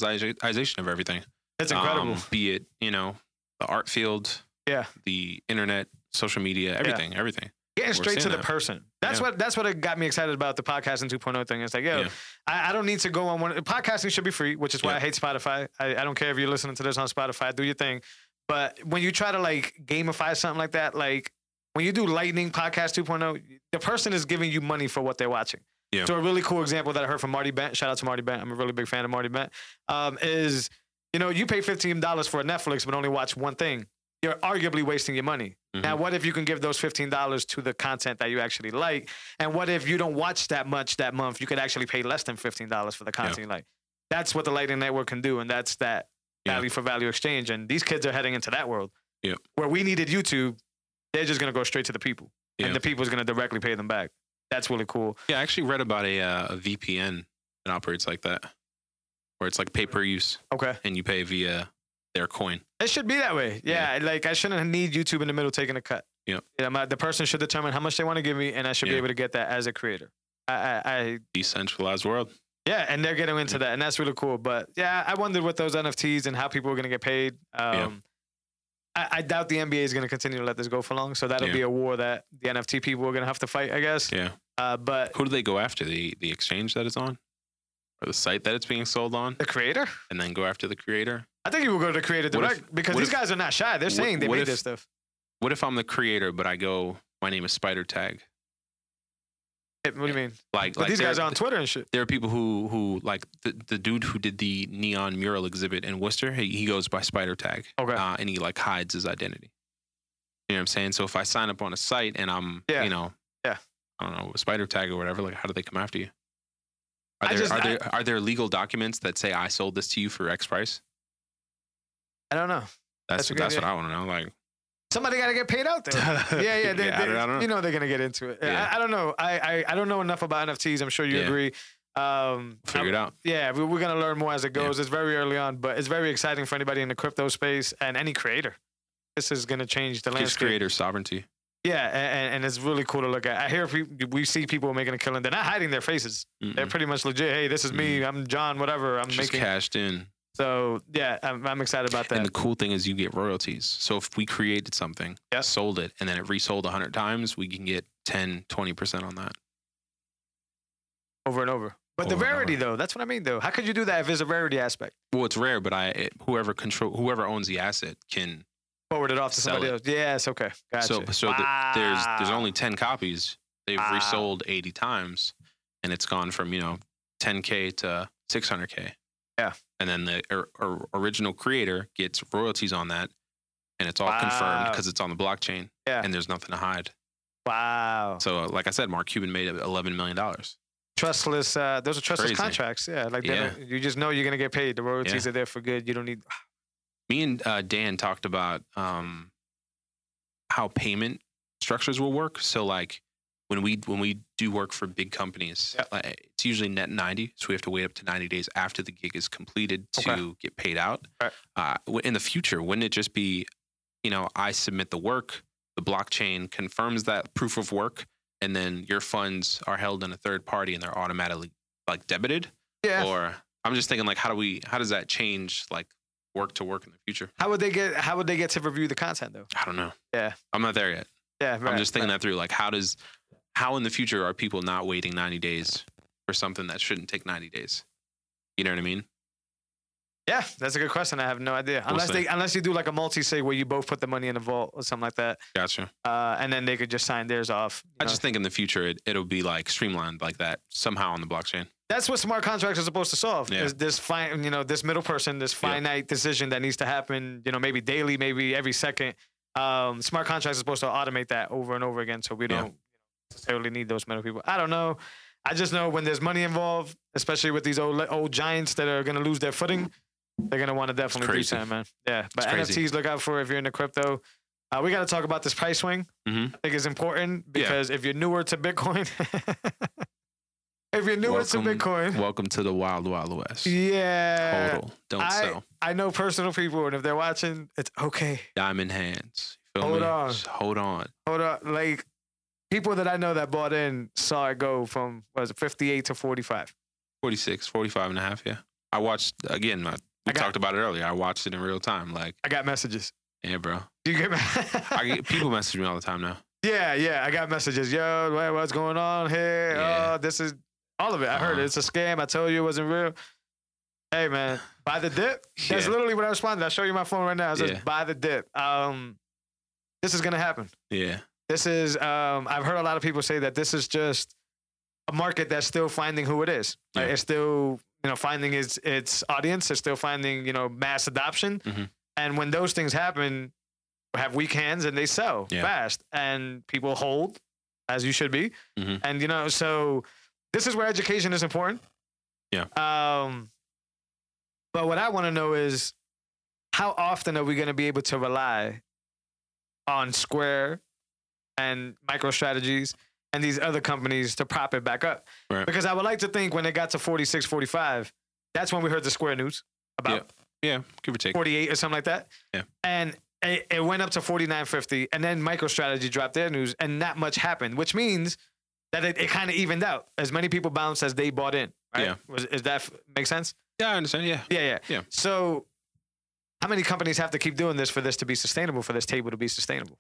Speaker 2: decentralization of everything.
Speaker 1: That's incredible.
Speaker 2: um, be it you know the art field,
Speaker 1: Yeah.
Speaker 2: the internet, social media, everything, everything.
Speaker 1: Getting
Speaker 2: we're
Speaker 1: straight to
Speaker 2: seeing
Speaker 1: the
Speaker 2: that.
Speaker 1: person. That's
Speaker 2: Yeah.
Speaker 1: what that's what it got me excited about the podcasting 2.0 thing. It's like, yo,
Speaker 2: Yeah.
Speaker 1: I, I don't need to go on one. Podcasting should be free, which is why
Speaker 2: Yeah.
Speaker 1: I hate Spotify. I, I don't care if you're listening to this on Spotify. Do your thing. But when you try to like gamify something like that, like when you do Lightning Podcast 2.0, the person is giving you money for what they're watching.
Speaker 2: Yeah.
Speaker 1: So a really cool example that I heard from Marty Bent. Shout out to Marty Bent. I'm a really big fan of Marty Bent. Um, is you know you pay fifteen dollars for a Netflix but only watch one thing. You're arguably wasting your money.
Speaker 2: Mm-hmm.
Speaker 1: Now, what if you can give those fifteen dollars to the content that you actually like? And what if you don't watch that much that month? You could actually pay less than fifteen dollars for the content you like. That's what the Lightning Network can do, and that's that
Speaker 2: Yeah.
Speaker 1: value for value exchange. And these kids are heading into that world.
Speaker 2: Yeah.
Speaker 1: Where we needed YouTube, they're just gonna go straight to the people,
Speaker 2: Yeah.
Speaker 1: and the people's gonna directly pay them back. That's really cool.
Speaker 2: Yeah, I actually read about a, uh, a VPN that operates like that, where it's like pay per use
Speaker 1: Okay,
Speaker 2: and you pay via their coin.
Speaker 1: it should be that way. Yeah, like I shouldn't need YouTube in the middle taking a cut.
Speaker 2: Yeah.
Speaker 1: yeah my, the person should determine how much they want to give me, and I should be
Speaker 2: Yeah.
Speaker 1: able to get that as a creator. I, I, I
Speaker 2: Decentralized world.
Speaker 1: Yeah, and they're getting into
Speaker 2: Yeah.
Speaker 1: that, and that's really cool. But yeah, I wondered what those NFTs and how people are going to get paid. Um, I, I doubt the NBA is going to continue to let this go for long. So that'll
Speaker 2: Yeah.
Speaker 1: be a war that the NFT people are going to have to fight, I guess.
Speaker 2: Yeah.
Speaker 1: Uh, but
Speaker 2: Who do they go after? The the exchange that it's on, or the site that it's being sold on,
Speaker 1: the creator,
Speaker 2: and then go after the creator.
Speaker 1: I think you will go to the creator
Speaker 2: What if-
Speaker 1: direct because
Speaker 2: what
Speaker 1: these
Speaker 2: if-
Speaker 1: guys are not shy. They're
Speaker 2: what-
Speaker 1: saying they
Speaker 2: what
Speaker 1: made
Speaker 2: if-
Speaker 1: this stuff.
Speaker 2: What if I'm the creator, but I go, my name is Spider Tag.
Speaker 1: Eh, What do you mean?
Speaker 2: Like,
Speaker 1: But
Speaker 2: like
Speaker 1: these guys
Speaker 2: there-
Speaker 1: are on Twitter and shit.
Speaker 2: There are people who who like the, the dude who did the neon mural exhibit in Worcester. He, he goes by Spider Tag,
Speaker 1: Okay.
Speaker 2: uh, and he like hides his identity. You know what I'm saying? So if I sign up on a site and I'm,
Speaker 1: Yeah.
Speaker 2: you know,
Speaker 1: Yeah.
Speaker 2: I don't know, Spider Tag or whatever. Like, how do they come after you?
Speaker 1: I
Speaker 2: Are there
Speaker 1: just-
Speaker 2: are
Speaker 1: I-
Speaker 2: there are there legal documents that say I sold this to you for X price?
Speaker 1: I don't know.
Speaker 2: That's
Speaker 1: That's a
Speaker 2: what,
Speaker 1: good
Speaker 2: that's what I want to know. Like,
Speaker 1: Somebody got to get paid out there. yeah, yeah. They,
Speaker 2: I
Speaker 1: they-
Speaker 2: don't- I don't know.
Speaker 1: You know they're gonna get into it.
Speaker 2: Yeah.
Speaker 1: I, I don't know. I, I I don't know enough about NFTs. I'm sure you
Speaker 2: Yeah.
Speaker 1: agree. Um,
Speaker 2: Figure it out.
Speaker 1: Yeah, we, we're gonna learn more as it goes. It's very early on, but it's very exciting for anybody in the crypto space and any creator. This is gonna change the
Speaker 2: Gives
Speaker 1: landscape.
Speaker 2: creators sovereignty.
Speaker 1: Yeah, a- and, and it's really cool to look at. I hear people, we see people making a killing. They're not hiding their faces. They're
Speaker 2: Mm-mm.
Speaker 1: Mm. pretty much legit. Hey, this is me. I'm John. Whatever. I'm
Speaker 2: Just
Speaker 1: making.
Speaker 2: cashed in.
Speaker 1: So yeah, I'm, I'm excited about that.
Speaker 2: And the cool thing is you get royalties. So if we created something,
Speaker 1: Yep.
Speaker 2: sold it, and then it resold 100 times, we can get 10, 20% on that.
Speaker 1: over and over. But the
Speaker 2: Over and over.
Speaker 1: rarity though, that's what I mean though. How could you do that if it's a rarity aspect?
Speaker 2: Well, it's rare, but I it, whoever control whoever owns the asset can.
Speaker 1: Forward it off to
Speaker 2: Sell
Speaker 1: somebody
Speaker 2: it.
Speaker 1: else. Yes, okay. Gotcha.
Speaker 2: So so the, there's there's
Speaker 1: Wow.
Speaker 2: only 10 copies. They've
Speaker 1: Wow.
Speaker 2: resold 80 times, and it's gone from you know 10k to 600k.
Speaker 1: Yeah.
Speaker 2: And then the or, or original creator gets royalties on that, and it's all confirmed
Speaker 1: Wow.
Speaker 2: because it's on the blockchain.
Speaker 1: Yeah.
Speaker 2: And there's nothing to hide.
Speaker 1: Wow.
Speaker 2: So, uh, like I said, Mark Cuban made eleven million dollars.
Speaker 1: trustless. Uh, those are trustless
Speaker 2: Crazy.
Speaker 1: contracts. Yeah, like they're
Speaker 2: Yeah.
Speaker 1: not- you just know you're gonna get paid. The royalties are there for good. You don't need.
Speaker 2: Me and uh, Dan talked about um, how payment structures will work. So, like when we when we do work for big companies,
Speaker 1: Yeah.
Speaker 2: like, it's usually net ninety, so we have to wait up to ninety days after the gig is completed to
Speaker 1: Okay.
Speaker 2: get paid out.
Speaker 1: Right.
Speaker 2: Uh, w- in the future, wouldn't it just be, you know, I submit the work, the blockchain confirms that proof of work, and then your funds are held in a third party and they're automatically like debited.
Speaker 1: Yeah.
Speaker 2: or I'm just thinking like how do we how does that change like work to work in the future?
Speaker 1: how would they get? How would they get to review the content though?
Speaker 2: I don't know.
Speaker 1: Yeah.
Speaker 2: I'm not there yet.
Speaker 1: Yeah, right,
Speaker 2: I'm just thinking
Speaker 1: right.
Speaker 2: that through like how does how in the future are people not waiting 90 days for something that shouldn't take 90 days? You know what I mean?
Speaker 1: Yeah, that's a good question. I have no idea.
Speaker 2: We'll
Speaker 1: unless
Speaker 2: see.
Speaker 1: they, unless you do like a multi sig where you both put the money in a vault or something like that,
Speaker 2: Gotcha.
Speaker 1: uh, and then they could just sign theirs off. you
Speaker 2: I
Speaker 1: know?
Speaker 2: just think in the future it, it'll be like streamlined like that somehow on the blockchain.
Speaker 1: that's what smart contracts are supposed to solve.
Speaker 2: Yeah.
Speaker 1: Is this fine, you know, this middle person, this finite decision that needs to happen, you know, maybe daily, maybe every second. Um, smart contracts are supposed to automate that over and over again, so we
Speaker 2: Yeah.
Speaker 1: don't necessarily need those middle people. I don't know. I just know when there's money involved, especially with these old old giants that are gonna lose their footing, they're gonna want to definitely do
Speaker 2: crazy.
Speaker 1: something, man. Yeah, but
Speaker 2: crazy.
Speaker 1: NFTs, look out for if you're into crypto. Uh, we got to talk about this price swing.
Speaker 2: Mhm.
Speaker 1: I think it's important
Speaker 2: Yeah.
Speaker 1: because if you're newer to Bitcoin, if you're newer to
Speaker 2: Welcome-
Speaker 1: Bitcoin,
Speaker 2: Welcome to the wild wild west.
Speaker 1: yeah,
Speaker 2: Total. Don't
Speaker 1: I-
Speaker 2: sell.
Speaker 1: I know personal people, and if they're watching, it's okay.
Speaker 2: Diamond hands. You feel
Speaker 1: Hold
Speaker 2: me?
Speaker 1: on.
Speaker 2: Just hold on.
Speaker 1: Hold up, like people that I know that bought in saw it go from what was it 58 to 45.
Speaker 2: 46, 45 and a half, yeah. I watched again, I, we
Speaker 1: I got-
Speaker 2: talked about it earlier. I watched it in real time. Like,
Speaker 1: I got messages.
Speaker 2: yeah, bro.
Speaker 1: Do you get me?
Speaker 2: I get, people message me all the time now.
Speaker 1: yeah, yeah, I got messages. Yo, what- what's going on here?
Speaker 2: Yeah.
Speaker 1: Oh, this is all of it. I heard it.
Speaker 2: Uh-huh.
Speaker 1: It's a scam. I told you it wasn't real. Hey man, buy the dip. That's
Speaker 2: Yeah.
Speaker 1: literally what I responded. I show you my phone right now. It says
Speaker 2: Yeah.
Speaker 1: buy the dip. Um, this is gonna happen.
Speaker 2: Yeah.
Speaker 1: this is um, i've heard a lot of people say that this is just a market that's still finding who it is Like,
Speaker 2: Yeah.
Speaker 1: it's still you know finding its its audience it's still finding you know mass adoption
Speaker 2: Mhm.
Speaker 1: and when those things happen we have weak hands and they sell
Speaker 2: Yeah.
Speaker 1: fast and people hold as you should be
Speaker 2: Mhm.
Speaker 1: and you know so this is where education is important
Speaker 2: Yeah.
Speaker 1: um but what i want to know is how often are we going to be able to rely on square and MicroStrategies and these other companies to prop it back up.
Speaker 2: Right.
Speaker 1: Because I would like to think when it got to 46, 45, that's when we heard the Square news about
Speaker 2: Yeah. Give or take.
Speaker 1: 48 or something like that.
Speaker 2: Yeah.
Speaker 1: And it, it went up to 49.50 and then MicroStrategy dropped their news and not much happened, which means that it, it kind of evened out. As many people bounced as they bought in. Right?
Speaker 2: Yeah.
Speaker 1: Was, is that make sense?
Speaker 2: Yeah, I understand. Yeah.
Speaker 1: Yeah, yeah.
Speaker 2: Yeah.
Speaker 1: So how many companies have to keep doing this for this to be sustainable, for this table to be sustainable?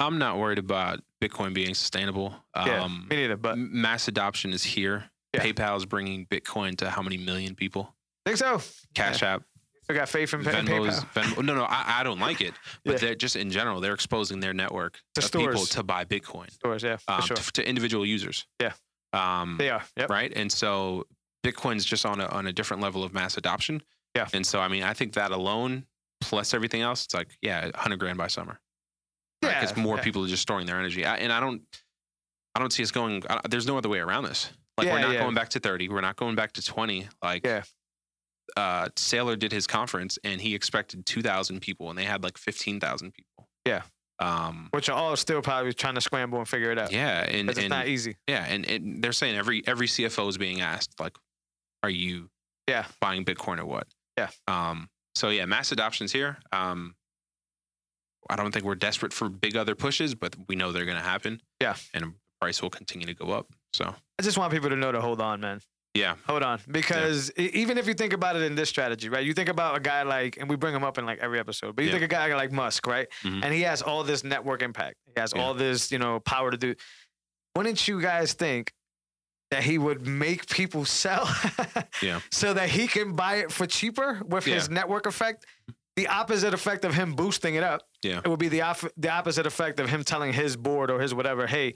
Speaker 2: I'm not worried about Bitcoin being sustainable.
Speaker 1: Yeah,
Speaker 2: Um,
Speaker 1: Me neither, but
Speaker 2: m- mass adoption is here.
Speaker 1: Yeah.
Speaker 2: PayPal is bringing Bitcoin to how many million people?
Speaker 1: think so.
Speaker 2: Cash App,
Speaker 1: We got faith in, in
Speaker 2: Venmo is
Speaker 1: PayPal.
Speaker 2: Venmo. No, no, I, I don't like it. But
Speaker 1: Yeah.
Speaker 2: they're just in general, they're exposing their network
Speaker 1: To
Speaker 2: of people
Speaker 1: stores.
Speaker 2: to buy Bitcoin
Speaker 1: Stores, yeah, for
Speaker 2: um,
Speaker 1: sure.
Speaker 2: to, to individual users.
Speaker 1: Yeah.
Speaker 2: Um,
Speaker 1: they are. Yep.
Speaker 2: right? And so Bitcoin's just on a on a different level of mass adoption.
Speaker 1: Yeah.
Speaker 2: And so I mean, I think that alone plus everything else, it's like yeah, hundred grand by summer.
Speaker 1: Yeah,
Speaker 2: Because more
Speaker 1: yeah.
Speaker 2: people are just storing their energy, I, and I don't, I don't see us going. I, there's no other way around this. Like we're
Speaker 1: Yeah,
Speaker 2: not
Speaker 1: yeah.
Speaker 2: going back to thirty. We're not going back to twenty. Like.
Speaker 1: Yeah.
Speaker 2: Uh, Sailor did his conference and he expected 2,000 people and they had like 15,000 people.
Speaker 1: Yeah.
Speaker 2: Um,
Speaker 1: Which are all still probably trying to scramble and figure it out.
Speaker 2: yeah. And,
Speaker 1: 'Cause it's
Speaker 2: and
Speaker 1: not easy.
Speaker 2: yeah, and, and they're saying every every CFO is being asked like, are you
Speaker 1: Yeah.
Speaker 2: buying Bitcoin or what?
Speaker 1: Yeah.
Speaker 2: Um. So yeah, mass adoption's here. Um. I don't think we're desperate for big other pushes, but we know they're going to happen.
Speaker 1: Yeah.
Speaker 2: And price will continue to go up. So
Speaker 1: I just want people to know to hold on, man.
Speaker 2: Yeah.
Speaker 1: Hold on, because e- even if you think about it in this strategy, right? You think about a guy like, and we bring him up in like every episode, but you
Speaker 2: Yeah.
Speaker 1: think a guy like Musk, right?
Speaker 2: Mhm.
Speaker 1: And he has all this network impact, he has
Speaker 2: Yeah.
Speaker 1: all this, you know, power to do. Wouldn't you guys think that he would make people sell,
Speaker 2: Yeah.
Speaker 1: so that he can buy it for cheaper with his network effect? The opposite effect of him boosting it up,
Speaker 2: Yeah.
Speaker 1: it would be the off- the opposite effect of him telling his board or his whatever, hey.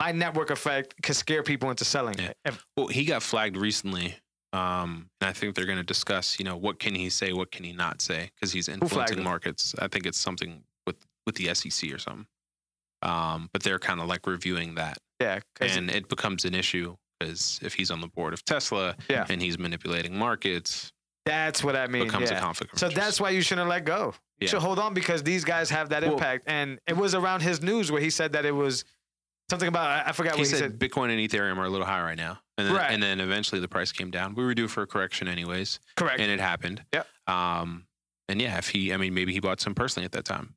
Speaker 1: My network effect could scare people into selling.
Speaker 2: Yeah.
Speaker 1: it. If-
Speaker 2: Well, he got flagged recently. Um, and I think they're going to discuss, you know, what can he say, what can he not say, because he's
Speaker 1: flagged
Speaker 2: influencing
Speaker 1: him?
Speaker 2: markets. I think it's something with with the SEC or something. Um, but they're kind of like reviewing that,
Speaker 1: Yeah, 'cause-
Speaker 2: and it becomes an issue because if he's on the board of Tesla
Speaker 1: Yeah.
Speaker 2: and he's manipulating markets,
Speaker 1: That's what I mean.
Speaker 2: becomes a
Speaker 1: yeah.
Speaker 2: conflict. of
Speaker 1: So
Speaker 2: interest.
Speaker 1: that's why you shouldn't let go. You
Speaker 2: Yeah.
Speaker 1: should hold on because these guys have that
Speaker 2: Well-
Speaker 1: impact. And it was around his news where he said that it was something about I- I forgot
Speaker 2: he
Speaker 1: what
Speaker 2: said, Bitcoin and Ethereum are a little high right now, and then,
Speaker 1: Right.
Speaker 2: and then eventually the price came down. We were due for a correction anyways,
Speaker 1: Correct.
Speaker 2: and it happened.
Speaker 1: Yep.
Speaker 2: Um, and yeah, if he, I mean, maybe he bought some personally at that time.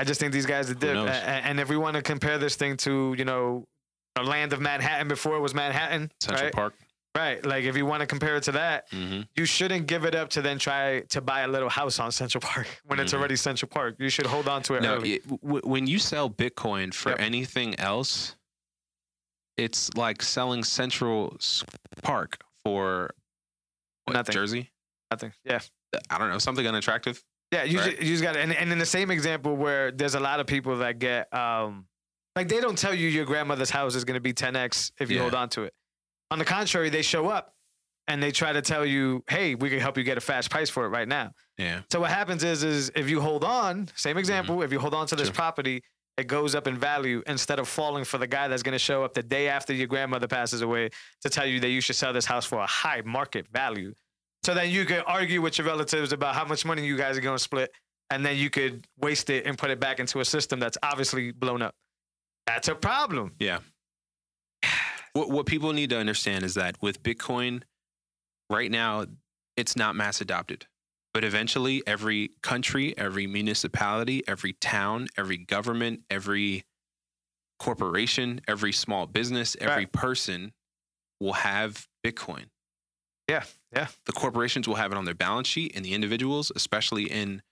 Speaker 1: I just think these guys are dip.
Speaker 2: knows?
Speaker 1: A- a- And if we want to compare this thing to you know, the land of Manhattan before it was Manhattan,
Speaker 2: Central
Speaker 1: right?
Speaker 2: Park.
Speaker 1: Right. Like if you want to compare it to that,
Speaker 2: hmm
Speaker 1: you shouldn't give it up to then try to buy a little house on Central Park when it's
Speaker 2: Mhm.
Speaker 1: already Central Park. You should hold on to it
Speaker 2: No,
Speaker 1: early.
Speaker 2: it- w- when you sell Bitcoin for
Speaker 1: Yep.
Speaker 2: anything else, it's like selling Central S- Park for what,
Speaker 1: Nothing.
Speaker 2: Jersey.
Speaker 1: Nothing. Yeah.
Speaker 2: I don't know something unattractive.
Speaker 1: Yeah, you,
Speaker 2: Right?
Speaker 1: ju- you just got to, and, and in the same example where there's a lot of people that get, um, like they don't tell you your grandmother's house is going to be 10x if you
Speaker 2: Yeah.
Speaker 1: hold on to it. On the contrary, they show up and they try to tell you, hey, we can help you get a fast price for it right now.
Speaker 2: Yeah,
Speaker 1: So what happens is, is if you hold on, same example, if you hold on to this
Speaker 2: Sure.
Speaker 1: property, it goes up in value instead of falling for the guy that's going to show up the day after your grandmother passes away to tell you that you should sell this house for a high market value. So then you could argue with your relatives about how much money you guys are going to split, and then you could waste it and put it back into a system that's obviously blown up. That's a problem.
Speaker 2: yeah. What what people need to understand is that with Bitcoin, right now, it's not mass adopted. But eventually, every country, every municipality, every town, every government, every corporation, every small business, every person will have Bitcoin.
Speaker 1: Yeah, yeah.
Speaker 2: The corporations will have it on their balance sheet, and the individuals, especially in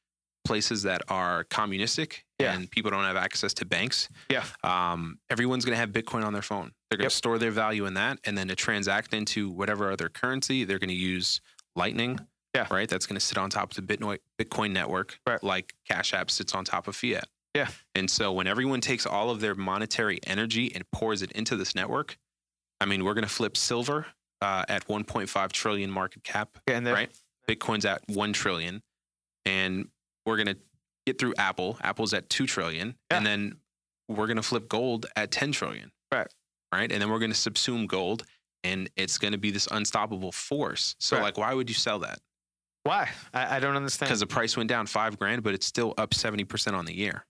Speaker 2: places that are communistic
Speaker 1: Yeah.
Speaker 2: and people don't have access to banks.
Speaker 1: Yeah.
Speaker 2: Um, everyone's going to have Bitcoin on their phone. They're going to
Speaker 1: Yep.
Speaker 2: store their value in that, and then to transact into whatever other currency, they're going to use Lightning right? That's going to sit on top of the Bitcoin Bitcoin network,
Speaker 1: Right.
Speaker 2: like Cash App sits on top of fiat.
Speaker 1: Yeah.
Speaker 2: And so when everyone takes all of their monetary energy and pours it into this network, I mean, we're going to flip silver uh, at 1.5 trillion market cap.
Speaker 1: Getting there.
Speaker 2: Right. Bitcoin's at 1 trillion, and we're going to get through Apple. Apple's at 2 trillion, and then we're going to flip gold at 10 trillion.
Speaker 1: Right.
Speaker 2: Right. And then we're going to subsume gold. And it's going to be this unstoppable force. So,
Speaker 1: Right.
Speaker 2: like, why would you sell that?
Speaker 1: Why? I, I don't understand.
Speaker 2: because the price went down five grand, but it's still up seventy percent on the year.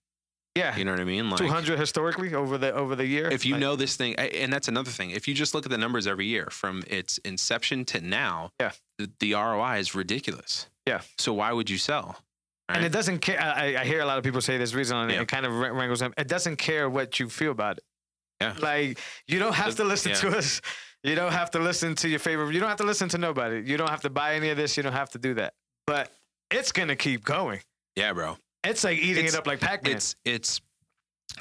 Speaker 1: Yeah,
Speaker 2: You know what I mean? Like,
Speaker 1: two hundred historically over the over the year.
Speaker 2: If you
Speaker 1: Like,
Speaker 2: know this thing, a- and that's another thing. If you just look at the numbers every year from its inception to now,
Speaker 1: Yeah.
Speaker 2: the, the ROI is ridiculous.
Speaker 1: Yeah.
Speaker 2: So why would you sell?
Speaker 1: and
Speaker 2: right?
Speaker 1: it doesn't care. I, I- I hear a lot of people say this reason, and
Speaker 2: Yeah.
Speaker 1: it kind of wr- wrangles them. It doesn't care what you feel about it.
Speaker 2: Yeah.
Speaker 1: Like you don't have to
Speaker 2: Doesn't-
Speaker 1: listen
Speaker 2: yeah.
Speaker 1: to us. You don't have to listen to your favorite. You don't have to listen to nobody. You don't have to buy any of this. You don't have to do that. But it's gonna keep going.
Speaker 2: Yeah, bro.
Speaker 1: It's like eating
Speaker 2: It's-
Speaker 1: it up like Pac-Man.
Speaker 2: It's it's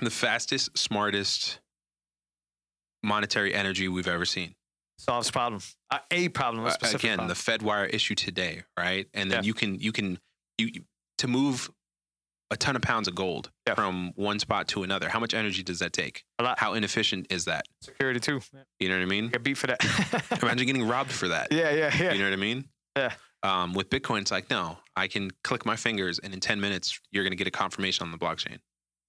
Speaker 2: the fastest, smartest monetary energy we've ever seen.
Speaker 1: Solves problem. Uh, a problem. A
Speaker 2: Uh,
Speaker 1: specific
Speaker 2: again
Speaker 1: problem.
Speaker 2: the fed wire issue today right and then
Speaker 1: Yeah.
Speaker 2: you can you can you you- to move a ton of pounds of gold
Speaker 1: Yeah.
Speaker 2: from one spot to another how much energy does that take
Speaker 1: A lot.
Speaker 2: how inefficient is that
Speaker 1: security too.
Speaker 2: you know what i mean
Speaker 1: Get beat for that.
Speaker 2: imagine getting robbed for that
Speaker 1: yeah, yeah, yeah.
Speaker 2: you know what i mean
Speaker 1: Yeah.
Speaker 2: um, with bitcoin it's like no i can click my fingers and in 10 minutes you're going to get a confirmation on the blockchain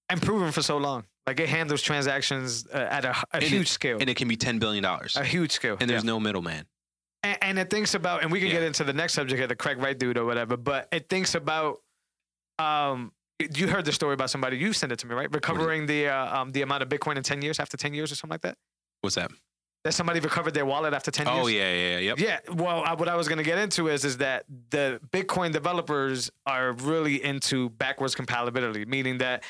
Speaker 1: and proven for so long. Like it handles transactions uh, at a, a
Speaker 2: it-
Speaker 1: huge scale.
Speaker 2: and it can be 10 billion dollars
Speaker 1: a huge scale.
Speaker 2: and there's no middleman
Speaker 1: and, and it thinks about, and we can
Speaker 2: Yeah.
Speaker 1: get into the next subject of the Craig Wright dude or whatever, but it thinks about, um, you heard the story about somebody you sent it to me, right? Recovering the uh, um, the amount of Bitcoin in ten years after ten years or something like that.
Speaker 2: what's that
Speaker 1: That somebody recovered their wallet after ten years.
Speaker 2: oh yeah yeah yeah yep.
Speaker 1: Yeah, well, I, what I was going to get into is is that the Bitcoin developers are really into backwards compatibility, meaning that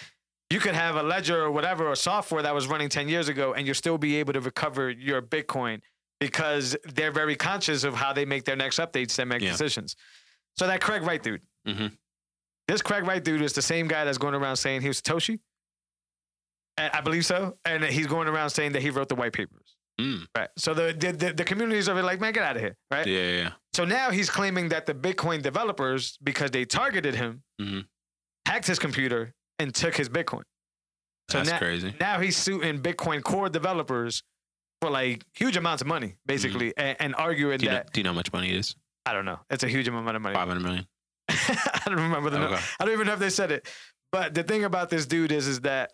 Speaker 1: you could have a ledger or whatever or software that was running 10 years ago and you'll still be able to recover your Bitcoin because they're very conscious of how they make their next updates and make
Speaker 2: Yeah.
Speaker 1: decisions. So that Craig Wright dude,
Speaker 2: Mhm.
Speaker 1: this Craig Wright dude is the same guy that's going around saying he was Satoshi, and I believe so, and he's going around saying that he wrote the white papers.
Speaker 2: Mm.
Speaker 1: Right. So the the, the, the communities are like, man, get out of here. Right.
Speaker 2: Yeah, yeah, yeah.
Speaker 1: So now he's claiming that the Bitcoin developers, because they targeted him,
Speaker 2: Mhm.
Speaker 1: hacked his computer and took his Bitcoin. So
Speaker 2: That's
Speaker 1: now-
Speaker 2: crazy.
Speaker 1: Now he's suing Bitcoin core developers for like huge amounts of money, basically, and, and arguing
Speaker 2: Do you, know,
Speaker 1: that
Speaker 2: do you know how much money it is?
Speaker 1: I don't know, it's a huge amount of money.
Speaker 2: Five hundred million.
Speaker 1: I don't remember the. number.
Speaker 2: Okay.
Speaker 1: I don't even know if they said it. But the thing about this dude is, is that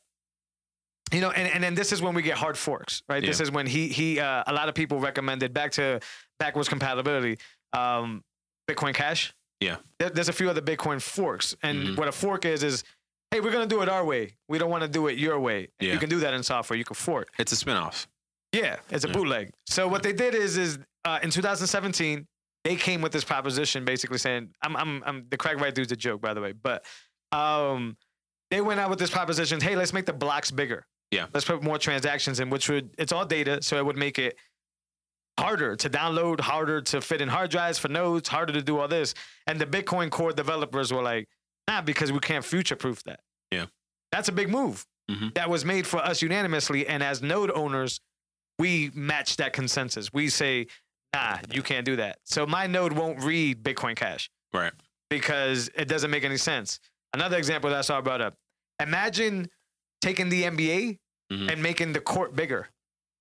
Speaker 1: you know, and, and then this is when we get hard forks, right? This
Speaker 2: Yeah.
Speaker 1: is when he he uh, a lot of people recommended back to backwards compatibility, um, Bitcoin Cash.
Speaker 2: Yeah.
Speaker 1: There- there's a few other Bitcoin forks, and
Speaker 2: Mhm.
Speaker 1: what a fork is is, hey, we're gonna do it our way. We don't want to do it your way. And You
Speaker 2: Yeah.
Speaker 1: can do that in software. You can fork.
Speaker 2: It's a spinoff.
Speaker 1: Yeah, it's a
Speaker 2: Yeah.
Speaker 1: bootleg. So what they did is is uh, in 2017 they came with this proposition basically saying I'm I'm, I'm the crack right dude's a joke by the way, but um they went out with this proposition, hey, let's make the blocks bigger.
Speaker 2: Yeah.
Speaker 1: Let's put more transactions in which would it's all data, so it would make it harder to download, harder to fit in hard drives for nodes, harder to do all this. And the Bitcoin core developers were like, nah, because we can't future proof that.
Speaker 2: Yeah.
Speaker 1: That's a big move
Speaker 2: Mhm.
Speaker 1: that was made for us unanimously. And as node owners, we match that consensus. We say, nah, you can't do that. So my node won't read Bitcoin Cash.
Speaker 2: Right.
Speaker 1: Because it doesn't make any sense. Another example that I saw brought up imagine taking the NBA
Speaker 2: Mhm.
Speaker 1: and making the court bigger.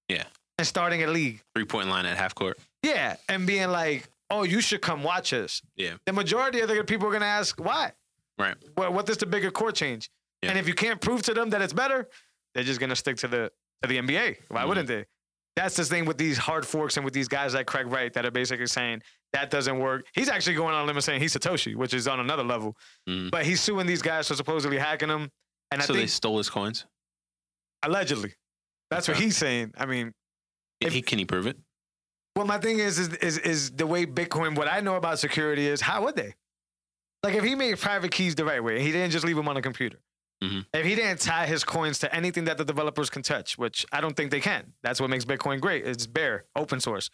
Speaker 2: Yeah.
Speaker 1: And starting a league.
Speaker 2: Three point line at half court.
Speaker 1: Yeah, and being like, "Oh, you should come watch us."
Speaker 2: Yeah.
Speaker 1: The majority of the people are gonna ask why.
Speaker 2: Right.
Speaker 1: What What is the bigger core change?
Speaker 2: Yeah.
Speaker 1: And if you can't prove to them that it's better, they're just gonna stick to the to the NBA. Why
Speaker 2: Mhm.
Speaker 1: wouldn't they? That's the thing with these hard forks and with these guys like Craig Wright that are basically saying that doesn't work. He's actually going on a limb and saying he's Satoshi, which is on another level.
Speaker 2: Mm.
Speaker 1: But he's suing these guys for supposedly hacking him, and I
Speaker 2: so they
Speaker 1: think
Speaker 2: stole his coins.
Speaker 1: allegedly, that's what
Speaker 2: Okay.
Speaker 1: he's saying. I mean, If-
Speaker 2: he, can he prove it?
Speaker 1: Well, my thing is, is, is, is the way Bitcoin, what I know about security is, how would they? Like, if he made private keys the right way, he didn't just leave them on a computer.
Speaker 2: Mhm.
Speaker 1: If he didn't tie his coins to anything that the developers can touch, which I don't think they can. That's what makes Bitcoin great. It's bare, open source.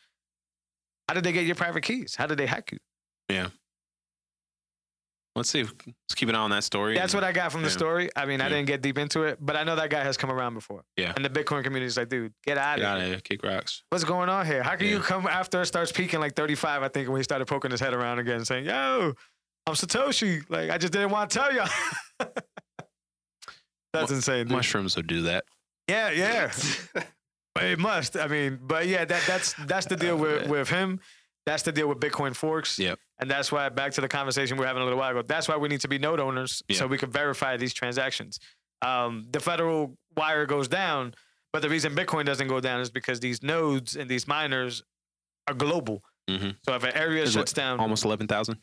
Speaker 1: How did they get your private keys? How did they hack you?
Speaker 2: Let's see. if- Let's keep an eye on that story.
Speaker 1: That's what I got from the
Speaker 2: Yeah.
Speaker 1: story. I mean, I
Speaker 2: Yeah.
Speaker 1: didn't get deep into it, but I know that guy has come around before.
Speaker 2: Yeah.
Speaker 1: And the Bitcoin community is like, dude, get out of
Speaker 2: Get
Speaker 1: here.
Speaker 2: out of here. Kick rocks.
Speaker 1: what's going on here? How can you
Speaker 2: Yeah.
Speaker 1: come after it starts peaking like 35, I think, when he started poking his head around again saying, yo, I'm Satoshi. Like, I just didn't want to tell y'all. That's
Speaker 2: Mu-
Speaker 1: insane. dude.
Speaker 2: Mushrooms will do that.
Speaker 1: Yeah, yeah. But it must. I mean, but yeah, that that's that's the deal with,
Speaker 2: Okay.
Speaker 1: with him. That's the deal with Bitcoin forks.
Speaker 2: Yep.
Speaker 1: And that's why back to the conversation we were having a little while ago. That's why we need to be node owners so
Speaker 2: Yep.
Speaker 1: we can verify these transactions. Um, the federal wire goes down, but the reason Bitcoin doesn't go down is because these nodes and these miners are global.
Speaker 2: Mhm.
Speaker 1: So if an area
Speaker 2: There's what-
Speaker 1: shuts down,
Speaker 2: Almost eleven thousand.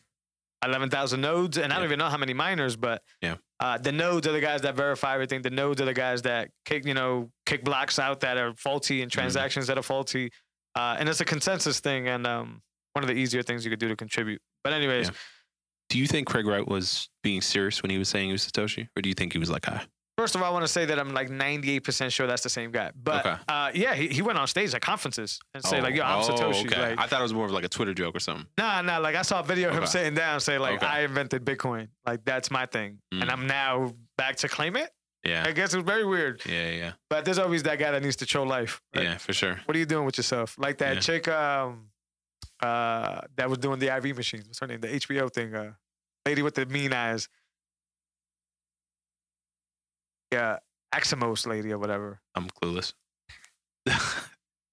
Speaker 1: eleven thousand nodes, and I don't
Speaker 2: Yeah.
Speaker 1: even know how many miners, but
Speaker 2: Yeah.
Speaker 1: uh, the nodes are the guys that verify everything. The nodes are the guys that kick, you know, kick blocks out that are faulty
Speaker 2: Mm-hmm.
Speaker 1: and transactions that are faulty, uh, and it's a consensus thing and um, one of the easier things you could do to contribute. But anyways,
Speaker 2: Yeah. Do you think Craig Wright was being serious when he was saying he was Satoshi, or do you think he was like, "Hi,
Speaker 1: first of all, I want to say that I'm like ninety eight percent sure that's the same guy. But
Speaker 2: Okay.
Speaker 1: uh, yeah, he, he went on stage at conferences and say like, "Yo, I'm
Speaker 2: oh,
Speaker 1: Satoshi."
Speaker 2: okay.
Speaker 1: Like,
Speaker 2: I thought it was more of like a Twitter joke or something.
Speaker 1: Nah, nah. Like I saw a video of him
Speaker 2: Okay.
Speaker 1: sitting down, saying like,
Speaker 2: Okay.
Speaker 1: "I invented Bitcoin. Like that's my thing," and
Speaker 2: Mm.
Speaker 1: I'm now back to claim it.
Speaker 2: Yeah,
Speaker 1: I guess it's very weird.
Speaker 2: yeah, yeah,
Speaker 1: But there's always that guy that needs to show life. right?
Speaker 2: yeah, for sure.
Speaker 1: What are you doing with yourself? Like that
Speaker 2: Yeah.
Speaker 1: chick um, uh, that was doing the IV machines. What's her name? The HBO thing. Uh, lady with the mean eyes. Yeah, Aximos lady or whatever.
Speaker 2: I'm clueless.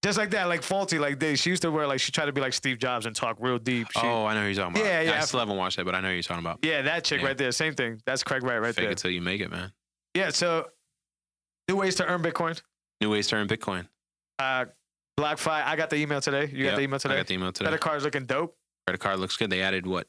Speaker 1: Just like that, like faulty, like they. She used to wear like she tried to be like Steve Jobs and talk real deep. She,
Speaker 2: oh, I know who you're talking about.
Speaker 1: Yeah, yeah,
Speaker 2: I still haven't watched that, but I know who you're talking about.
Speaker 1: yeah, that chick
Speaker 2: Yeah.
Speaker 1: right there. Same thing. That's Craig Wright right
Speaker 2: Fake
Speaker 1: there.
Speaker 2: it till you make it, man.
Speaker 1: Yeah. So, new ways to earn Bitcoin.
Speaker 2: New ways to earn Bitcoin.
Speaker 1: Uh, BlockFi. I got the email today. You
Speaker 2: Yep,
Speaker 1: got the email
Speaker 2: I
Speaker 1: today.
Speaker 2: got the email today.
Speaker 1: Credit card's looking dope.
Speaker 2: Credit card looks good. They added what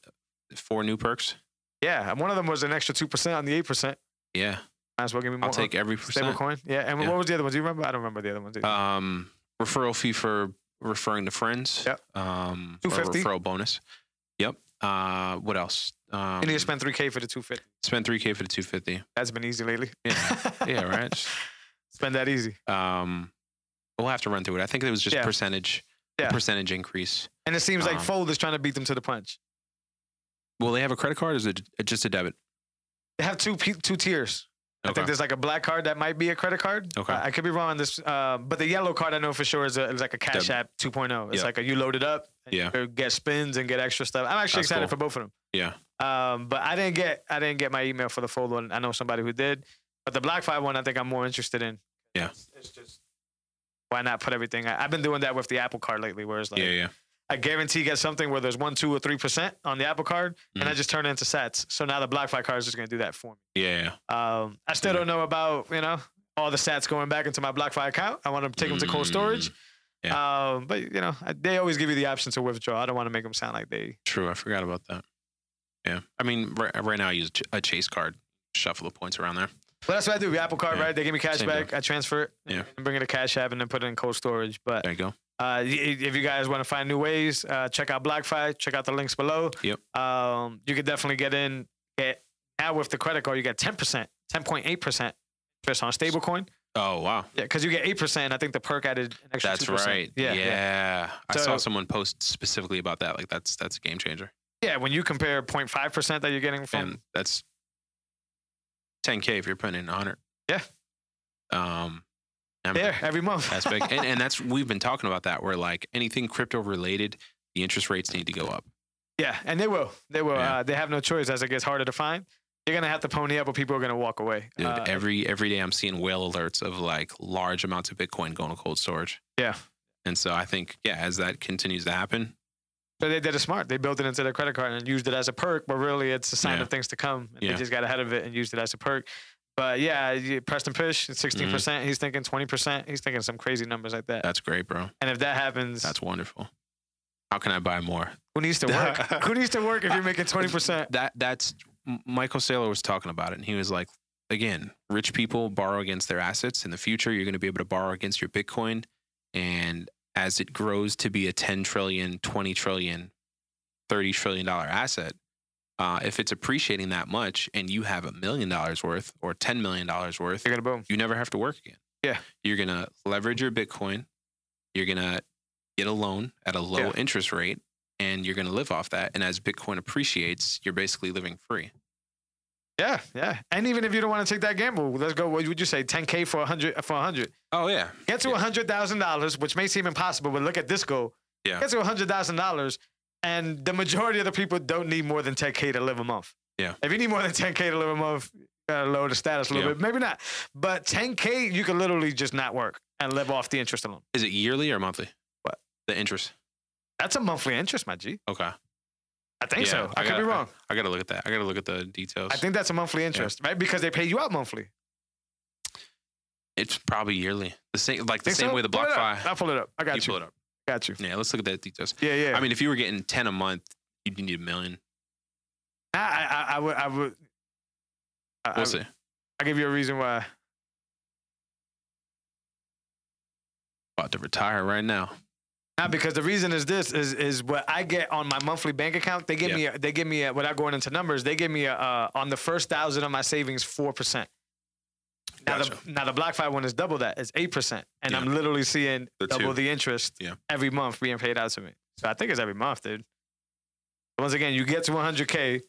Speaker 2: four new perks?
Speaker 1: Yeah, and one of them was an extra two percent on the eight percent.
Speaker 2: Yeah,
Speaker 1: Might as well give me more. uh,
Speaker 2: I'll take every
Speaker 1: stable
Speaker 2: percent.
Speaker 1: coin. Yeah, and
Speaker 2: Yeah.
Speaker 1: what was the other one? Do you remember? I don't remember the other ones. either.
Speaker 2: Um, referral fee for referring to friends.
Speaker 1: Yep.
Speaker 2: Um, or
Speaker 1: 250.
Speaker 2: referral bonus. Yep. Uh, what else? Um,
Speaker 1: you need to spend three k for the two fifty.
Speaker 2: spend 3k for the 250
Speaker 1: That's been easy lately.
Speaker 2: yeah yeah right Just,
Speaker 1: Spend that easy.
Speaker 2: um we'll have to run through it i think it was just
Speaker 1: Yeah.
Speaker 2: percentage
Speaker 1: Yeah.
Speaker 2: percentage increase.
Speaker 1: And it seems like
Speaker 2: Um,
Speaker 1: Fold is trying to beat them to the punch.
Speaker 2: Will they have a credit card or is it just a debit?
Speaker 1: They have two pe- two tiers. I think there's like a black card that might be a credit card.
Speaker 2: Okay.
Speaker 1: I, I could be wrong on this, uh, but the yellow card I know for sure is, a, is like a Cash
Speaker 2: Deb-
Speaker 1: App 2.0. It's
Speaker 2: Yeah.
Speaker 1: like a, you load it up, and
Speaker 2: Yeah.
Speaker 1: you get spins and get extra stuff. I'm actually
Speaker 2: That's
Speaker 1: excited
Speaker 2: cool.
Speaker 1: for both of them.
Speaker 2: Yeah.
Speaker 1: Um, but I didn't get I didn't get my email for the fold one. I know somebody who did, but the black five one I think I'm more interested in.
Speaker 2: Yeah.
Speaker 1: It's, it's just why not put everything? I, I've been doing that with the Apple Card lately, where it's like
Speaker 2: yeah, yeah.
Speaker 1: I guarantee get something where there's one, two, or three percent on the Apple Card, and I
Speaker 2: Mhm.
Speaker 1: just turn it into sets. So now the black five card is just gonna do that for me.
Speaker 2: Yeah, yeah.
Speaker 1: Um, I still don't know about you know all the stats going back into my BlockFi account. I want to take them to cold storage.
Speaker 2: Mm,
Speaker 1: Um, but you know I- they always give you the option to withdraw. I don't want to make them sound like they.
Speaker 2: True. I forgot about that. Yeah. I mean, right, right now I use ch- a chase card, shuffle the points around there.
Speaker 1: But that's what I do. Apple Card,
Speaker 2: Yeah.
Speaker 1: right? They give me cash
Speaker 2: Same
Speaker 1: back. I transfer it.
Speaker 2: Yeah.
Speaker 1: And bring it to Cash App and then put it in cold storage. But uh,
Speaker 2: There you go.
Speaker 1: y- if you guys want to find new ways, uh, check out BlockFi. Check out the links below.
Speaker 2: Yep.
Speaker 1: Um, you could definitely get in. Get now with the credit card, you get ten percent, ten point eight percent interest on stablecoin.
Speaker 2: Oh, wow.
Speaker 1: Yeah, because you get eight percent. I think the perk added an extra.
Speaker 2: That's
Speaker 1: 2%.
Speaker 2: right. Yeah. I
Speaker 1: So-
Speaker 2: saw someone post specifically about that. Like that's that's a game changer.
Speaker 1: Yeah, when you compare 0.5 percent that you're getting from,
Speaker 2: And that's 10k if you're putting in 100.
Speaker 1: Yeah.
Speaker 2: Um I mean,
Speaker 1: there every month.
Speaker 2: that's big. and and that's we've been talking about that where like anything crypto related, the interest rates need to go up.
Speaker 1: yeah, and they will. They will.
Speaker 2: Yeah.
Speaker 1: Uh, they have no choice as it gets harder to find. You're gonna have to pony up, or people are gonna walk away.
Speaker 2: Dude,
Speaker 1: Uh,
Speaker 2: every every day I'm seeing whale alerts of like large amounts of Bitcoin going to cold storage.
Speaker 1: Yeah.
Speaker 2: And so I think yeah, as that continues to happen,
Speaker 1: but they did it smart. They built it into their credit card and used it as a perk. But really, it's a sign
Speaker 2: Yeah.
Speaker 1: of things to come. And
Speaker 2: Yeah.
Speaker 1: They just got ahead of it and used it as a perk. But yeah, you- Preston Pish,
Speaker 2: Mm-hmm.
Speaker 1: 16 percent. He's thinking 20 percent. He's thinking some crazy numbers like that.
Speaker 2: that's great, bro.
Speaker 1: And if that happens,
Speaker 2: That's wonderful. How can I buy more?
Speaker 1: who needs to work? who needs to work if you're making 20 percent?
Speaker 2: That that's M- Michael Saylor was talking about it, and he was like, again, rich people borrow against their assets. In the future, you're going to be able to borrow against your Bitcoin, and as it grows to be a 10 trillion, 20 trillion, 30 trillion dollar asset, uh, if it's appreciating that much, and you have a million dollars worth or 10 million dollars worth,
Speaker 1: You're gonna boom.
Speaker 2: you never have to work again.
Speaker 1: Yeah.
Speaker 2: You're going to leverage your Bitcoin. You're going to get a loan at a low
Speaker 1: Yeah.
Speaker 2: interest rate and you're going to live off that. And as Bitcoin appreciates, you're basically living free.
Speaker 1: Yeah, yeah. And even if you don't want to take that gamble, let's go. What would you say? 10k for 100 for 100.
Speaker 2: Oh, yeah.
Speaker 1: Get to
Speaker 2: Yeah.
Speaker 1: hundred thousand dollars, which may seem impossible, but look at this goal.
Speaker 2: Yeah.
Speaker 1: Get to hundred thousand dollars, and the majority of the people don't need more than 10k to live a month.
Speaker 2: Yeah.
Speaker 1: If you need more than 10k to live a month, you gotta lower the status a little
Speaker 2: Yeah.
Speaker 1: bit. Maybe not, but 10k you can literally just not work and live off the interest alone.
Speaker 2: Is it yearly or monthly?
Speaker 1: What?
Speaker 2: The interest.
Speaker 1: That's a monthly interest, my G.
Speaker 2: Okay.
Speaker 1: I think
Speaker 2: Yeah,
Speaker 1: so. I,
Speaker 2: I
Speaker 1: could
Speaker 2: got-
Speaker 1: be wrong.
Speaker 2: I got to look at that. I got to look at the details.
Speaker 1: I think that's a monthly interest, right? Because they pay you out monthly.
Speaker 2: it's probably yearly. The same, like the
Speaker 1: Think
Speaker 2: same
Speaker 1: so?
Speaker 2: way the
Speaker 1: Pull it
Speaker 2: block
Speaker 1: up.
Speaker 2: five.
Speaker 1: I'll pull it up. I got you.
Speaker 2: pull it up.
Speaker 1: Got you.
Speaker 2: Yeah. Let's look at that details.
Speaker 1: Yeah, yeah.
Speaker 2: I mean, if you were getting 10 a month, you'd need a million.
Speaker 1: I, I, I- I would, I would. I,
Speaker 2: We'll
Speaker 1: I,
Speaker 2: see.
Speaker 1: I'll give you a reason why.
Speaker 2: About to retire right now.
Speaker 1: Not because the reason is this is is what I get on my monthly bank account. They give
Speaker 2: Yeah.
Speaker 1: me a, they give me a, without going into numbers. They give me a, uh, on the first thousand of my savings four percent. Now
Speaker 2: Gotcha.
Speaker 1: the now the block five one is double that. It's eight percent, and
Speaker 2: Yeah.
Speaker 1: I'm literally seeing
Speaker 2: The
Speaker 1: double
Speaker 2: two.
Speaker 1: the interest
Speaker 2: Yeah.
Speaker 1: every month being paid out to me. So I think it's every month, dude. Once again, you get to 100k,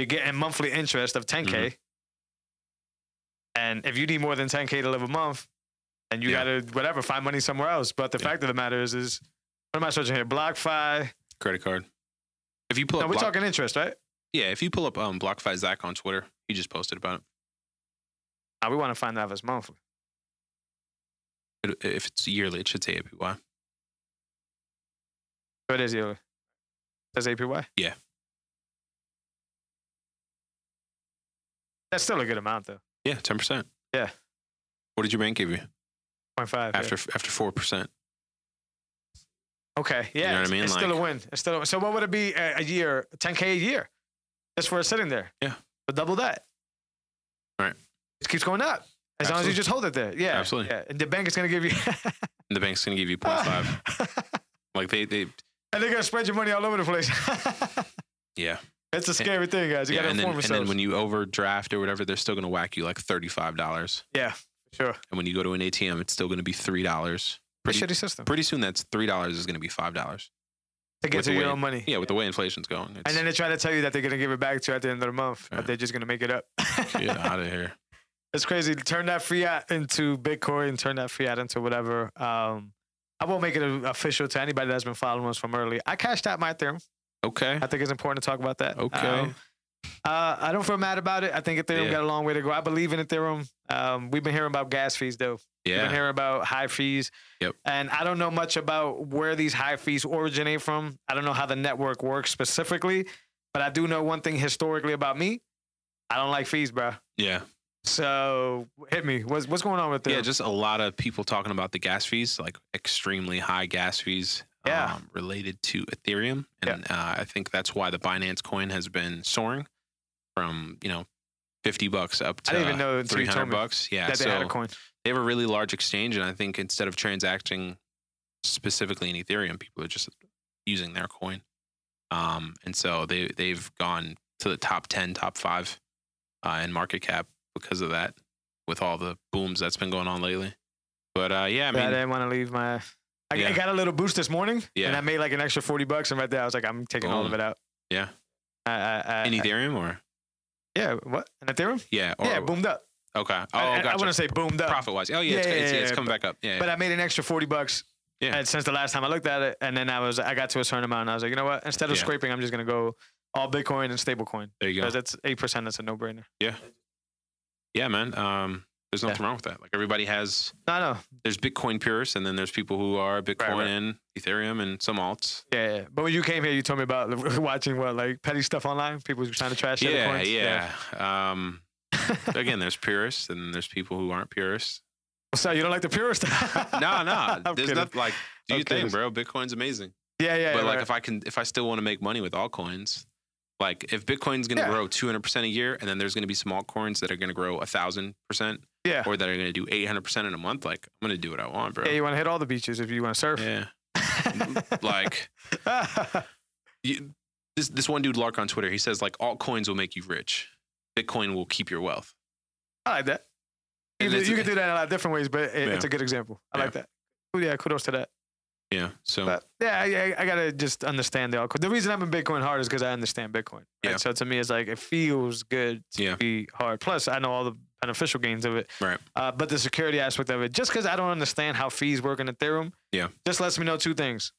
Speaker 1: you're getting monthly interest of 10k,
Speaker 2: Mm-hmm.
Speaker 1: and if you need more than 10k to live a month, and you
Speaker 2: Yeah.
Speaker 1: gotta whatever find money somewhere else. But the
Speaker 2: Yeah.
Speaker 1: fact of the matter is, is what am I searching here? BlockFi.
Speaker 2: Credit card. If you pull
Speaker 1: No,
Speaker 2: up
Speaker 1: we're
Speaker 2: Block-
Speaker 1: talking interest, right?
Speaker 2: Yeah, if you pull up um BlockFi Zach on Twitter, he just posted about
Speaker 1: Nah, we want to find out if it's monthly.
Speaker 2: it. it. If it's yearly, it should say APY.
Speaker 1: So it is yearly. That's APY.
Speaker 2: Yeah.
Speaker 1: That's still a good amount though.
Speaker 2: Yeah, ten percent.
Speaker 1: Yeah.
Speaker 2: What did your bank give you
Speaker 1: 0.5. yeah.
Speaker 2: after after four percent?
Speaker 1: Okay. Yeah.
Speaker 2: know what I
Speaker 1: it's-
Speaker 2: mean?
Speaker 1: It's still a
Speaker 2: Like-
Speaker 1: win. It's still a, so what would it be a, a year? 10K a year just for sitting there.
Speaker 2: Yeah.
Speaker 1: But double that.
Speaker 2: Right.
Speaker 1: It keeps going up. As long as you
Speaker 2: Absolutely.
Speaker 1: just hold it there. Yeah.
Speaker 2: Absolutely.
Speaker 1: Yeah. And the bank is going to give you
Speaker 2: And the bank's gonna give you 0.5. like they they
Speaker 1: and they're going to spread your money all over the place.
Speaker 2: yeah
Speaker 1: it's a scary thing, guys. You
Speaker 2: yeah
Speaker 1: got to
Speaker 2: and then,
Speaker 1: inform
Speaker 2: and
Speaker 1: yourselves.
Speaker 2: then when you overdraft or whatever, they're still gonna whack you like thirty five dollars.
Speaker 1: yeah. Sure.
Speaker 2: And when you go to an ATM, it's still gonna be three dollars Pretty-
Speaker 1: shitty system
Speaker 2: Pretty soon, that's three dollars is going to be five dollars.
Speaker 1: to get
Speaker 2: with
Speaker 1: to
Speaker 2: the
Speaker 1: your
Speaker 2: way-
Speaker 1: own money.
Speaker 2: Yeah, with the way inflation's going, it's,
Speaker 1: And then they try to tell you that they're gonna give it back to you at the end of the month,
Speaker 2: Yeah.
Speaker 1: but they're just gonna make it up.
Speaker 2: get out of here.
Speaker 1: It's crazy. Turn that fiat into Bitcoin. Turn that fiat into whatever. Um, I won't make it official to anybody that's been following us from early. I cashed out my Ethereum.
Speaker 2: Okay,
Speaker 1: I think it's important to talk about that.
Speaker 2: Okay.
Speaker 1: Um, uh, I don't feel mad about it. I think Ethereum
Speaker 2: Yeah.
Speaker 1: got a long way to go. I believe in Ethereum. Um, we've been hearing about gas fees though. We've been
Speaker 2: yeah,
Speaker 1: hearing about high fees.
Speaker 2: Yep.
Speaker 1: And I don't know much about where these high fees originate from. I don't know how the network works specifically, but I do know one thing historically about me. I don't like fees, bro.
Speaker 2: yeah,
Speaker 1: So hit me. What's what's going on with this?
Speaker 2: yeah. Just a lot of people talking about the gas fees, like extremely high gas fees.
Speaker 1: Yeah.
Speaker 2: um, related to Ethereum, and uh, I think that's why the Binance coin has been soaring from you know fifty bucks up to
Speaker 1: I didn't even know until
Speaker 2: uh, three
Speaker 1: you told
Speaker 2: hundred
Speaker 1: me
Speaker 2: bucks. Yeah,
Speaker 1: that they
Speaker 2: so
Speaker 1: had a coin.
Speaker 2: they have a really large exchange, and I think instead of transacting specifically in Ethereum, people are just using their coin. Um, and so they they've gone to the top ten, top five uh, in market cap because of that, with all the booms that's been going on lately. But uh, yeah, I
Speaker 1: But I,
Speaker 2: mean,
Speaker 1: didn't want to leave my. I, I
Speaker 2: Yeah.
Speaker 1: got a little boost this morning, and
Speaker 2: Yeah.
Speaker 1: I made like an extra forty bucks, and right there I was like, I'm taking all of
Speaker 2: Boom.
Speaker 1: it out.
Speaker 2: Yeah.
Speaker 1: I, I, I,
Speaker 2: in Ethereum or
Speaker 1: yeah. What an Ethereum?
Speaker 2: yeah, or,
Speaker 1: yeah, boomed up.
Speaker 2: okay. Oh,
Speaker 1: I- I, I
Speaker 2: gotcha.
Speaker 1: want to say boomed up,
Speaker 2: profit wise. Oh yeah,
Speaker 1: Yeah,
Speaker 2: it's,
Speaker 1: yeah,
Speaker 2: it's,
Speaker 1: yeah,
Speaker 2: it's
Speaker 1: yeah,
Speaker 2: coming back up. Yeah,
Speaker 1: but I made an extra forty bucks.
Speaker 2: Yeah.
Speaker 1: And since the last time I looked at it, and then I was I got to a certain amount, and I was like, you know what? Instead of
Speaker 2: Yeah.
Speaker 1: scraping, I'm just gonna go all Bitcoin and stablecoin
Speaker 2: there you go.
Speaker 1: because that's eight percent. That's a no brainer.
Speaker 2: Yeah, man. Um, there's
Speaker 1: Yeah.
Speaker 2: nothing wrong with that. Like everybody has
Speaker 1: No, no,
Speaker 2: there's Bitcoin purists, and then there's people who are Bitcoin
Speaker 1: right.
Speaker 2: and Ethereum and some alts.
Speaker 1: Yeah, yeah. but when you came here, you told me about watching what like petty stuff online. People was trying to trash the other
Speaker 2: Yeah,
Speaker 1: coins.
Speaker 2: yeah. Um, again, there's purists, and there's people who aren't purists.
Speaker 1: So you don't like the purist?
Speaker 2: No, no.
Speaker 1: I'm
Speaker 2: there's
Speaker 1: kidding.
Speaker 2: nothing like do
Speaker 1: I'm
Speaker 2: you
Speaker 1: kidding.
Speaker 2: think, bro? Bitcoin's amazing.
Speaker 1: Yeah, yeah.
Speaker 2: but like,
Speaker 1: right.
Speaker 2: if I can, if I still want to make money with all coins. Like if Bitcoin's gonna
Speaker 1: Yeah.
Speaker 2: grow 200 percent a year, and then there's gonna be some altcoins that are gonna grow thousand percent,
Speaker 1: Yeah.
Speaker 2: or that are gonna do 800 percent in a month, like I'm gonna do what I want, bro.
Speaker 1: yeah, you want to hit all the beaches if you want to surf.
Speaker 2: yeah. like you, this this one dude Lark on Twitter, he says like altcoins will make you rich. Bitcoin will keep your wealth.
Speaker 1: I like that. You,
Speaker 2: And
Speaker 1: can do-
Speaker 2: it's-
Speaker 1: you can do that in a lot of different ways, but it, it's
Speaker 2: Yeah.
Speaker 1: a good example. I
Speaker 2: Yeah.
Speaker 1: like that. Oh yeah, kudos to that.
Speaker 2: Yeah. So
Speaker 1: But yeah, I, I, I gotta just understand the altcoin. The reason I'm in Bitcoin hard is because I understand Bitcoin. Right?
Speaker 2: Yeah.
Speaker 1: So to me, it's like it feels good to
Speaker 2: Yeah.
Speaker 1: be hard. Plus, I know all the beneficial gains of it.
Speaker 2: Right.
Speaker 1: Uh, but the security aspect of it, just because I don't understand how fees work in Ethereum,
Speaker 2: Yeah.
Speaker 1: just lets me know two things.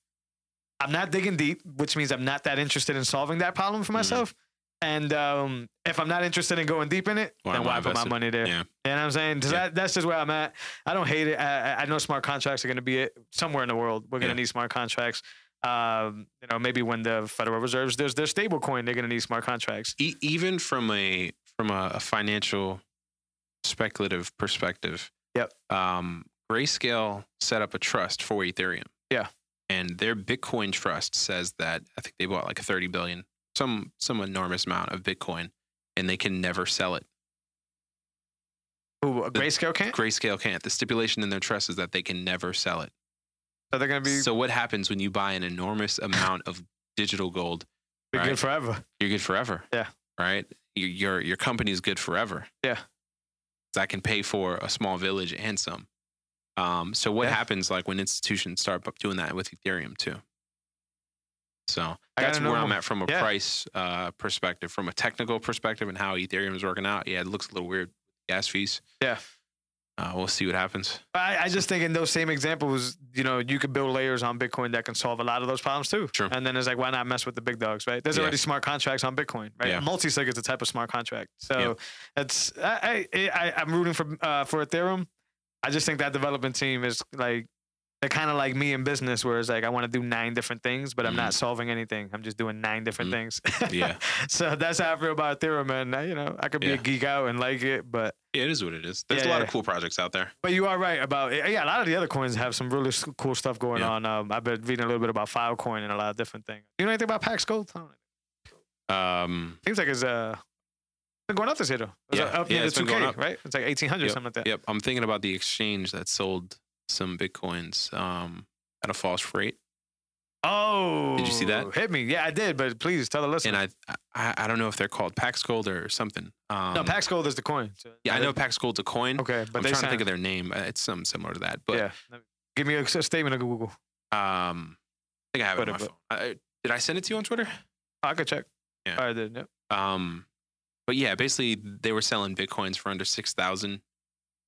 Speaker 1: I'm not digging deep, which means I'm not that interested in solving that problem for
Speaker 2: Mhm.
Speaker 1: myself. And um, if I'm not interested in going deep in it,
Speaker 2: Why
Speaker 1: then
Speaker 2: am I
Speaker 1: why put my
Speaker 2: invested?
Speaker 1: money there?
Speaker 2: Yeah.
Speaker 1: You know what I'm saying? 'Cause
Speaker 2: Yeah.
Speaker 1: that, that's just where I'm at. I don't hate it. I, I- I know smart contracts are going to be it somewhere in the world. We're going to
Speaker 2: Yeah.
Speaker 1: need smart contracts. Um, you know, maybe when the Federal Reserves does their stable coin, they're going to need smart contracts.
Speaker 2: e- even from a from a, a financial speculative perspective.
Speaker 1: Yep.
Speaker 2: Um, Grayscale set up a trust for Ethereum.
Speaker 1: Yeah.
Speaker 2: And their Bitcoin trust says that I think they bought like 30 billion, some some enormous amount of Bitcoin, and they can never sell it.
Speaker 1: Who Grayscale can't?
Speaker 2: Grayscale can't. The stipulation in their trust is that they can never sell it.
Speaker 1: So they're going to be,
Speaker 2: So what happens when you buy an enormous amount of digital gold?
Speaker 1: be good
Speaker 2: right.
Speaker 1: forever.
Speaker 2: You're good forever.
Speaker 1: Yeah.
Speaker 2: Right. Your your, your company is good forever.
Speaker 1: Yeah.
Speaker 2: 'Cause I can pay for a small village and some. Um. So what
Speaker 1: Yeah.
Speaker 2: happens like when institutions start bu- doing that with Ethereum too? So
Speaker 1: I
Speaker 2: that's
Speaker 1: gotta know
Speaker 2: where I'm
Speaker 1: more.
Speaker 2: at from a
Speaker 1: Yeah.
Speaker 2: price uh, perspective, from a technical perspective, and how Ethereum is working out. Yeah, it looks a little weird. Gas fees.
Speaker 1: Yeah.
Speaker 2: Uh, we'll see what happens.
Speaker 1: But I, I just think in those same examples, you know, you could build layers on Bitcoin that can solve a lot of those problems too.
Speaker 2: True.
Speaker 1: And then it's like, why not mess with the big dogs, right? There's
Speaker 2: Yeah.
Speaker 1: already smart contracts on Bitcoin, right?
Speaker 2: Yeah.
Speaker 1: Multisig is a type of smart contract.
Speaker 2: Yeah.
Speaker 1: So that's I, I, I I'm rooting for uh, for Ethereum. I just think that development team is like they're kind of like me in business, where it's like I want to do nine different things, but I'm
Speaker 2: Mm.
Speaker 1: not solving anything. I'm just doing nine different
Speaker 2: Mhm.
Speaker 1: things.
Speaker 2: Yeah.
Speaker 1: so that's how I feel about Ethereum, and I, you know, I could be a
Speaker 2: Yeah.
Speaker 1: geek out and like it, but
Speaker 2: Yeah, it is what it is. There's
Speaker 1: Yeah,
Speaker 2: a lot
Speaker 1: yeah.
Speaker 2: of cool projects out there.
Speaker 1: but you are right about eh, yeah. A lot of the other coins have some really s- cool stuff going
Speaker 2: Yeah.
Speaker 1: on. Um, I've been reading a little bit about Filecoin and a lot of different things. You know anything about Pax Gold? I don't know.
Speaker 2: Um,
Speaker 1: Seems like it's uh been going up this year though. It's
Speaker 2: Yeah.
Speaker 1: up
Speaker 2: Yeah,
Speaker 1: near
Speaker 2: it's
Speaker 1: the
Speaker 2: been
Speaker 1: 2K,
Speaker 2: going up.
Speaker 1: right? It's like 1800
Speaker 2: Yep.
Speaker 1: something like that.
Speaker 2: Yep, I'm thinking about the exchange that sold some bitcoins um, at a false rate,
Speaker 1: Oh,
Speaker 2: Did you see that?
Speaker 1: Hit me. Yeah, I did. But please tell the listener.
Speaker 2: and I, I I don't know if they're called Pax Gold or something. Um,
Speaker 1: no, Pax Gold is the coin. so-
Speaker 2: Yeah, I know Pax Gold's a coin.
Speaker 1: Okay, but
Speaker 2: I'm
Speaker 1: they
Speaker 2: trying
Speaker 1: sound,
Speaker 2: to think of their name. Uh, It's something similar to that, but
Speaker 1: yeah. Give me a, s- statement of Google.
Speaker 2: Um, I think I have it on my
Speaker 1: But-
Speaker 2: phone. I, did I send it to you on Twitter?
Speaker 1: I could check.
Speaker 2: Yeah.
Speaker 1: All right, then. Yep.
Speaker 2: Um, but yeah, basically they were selling bitcoins for under six thousand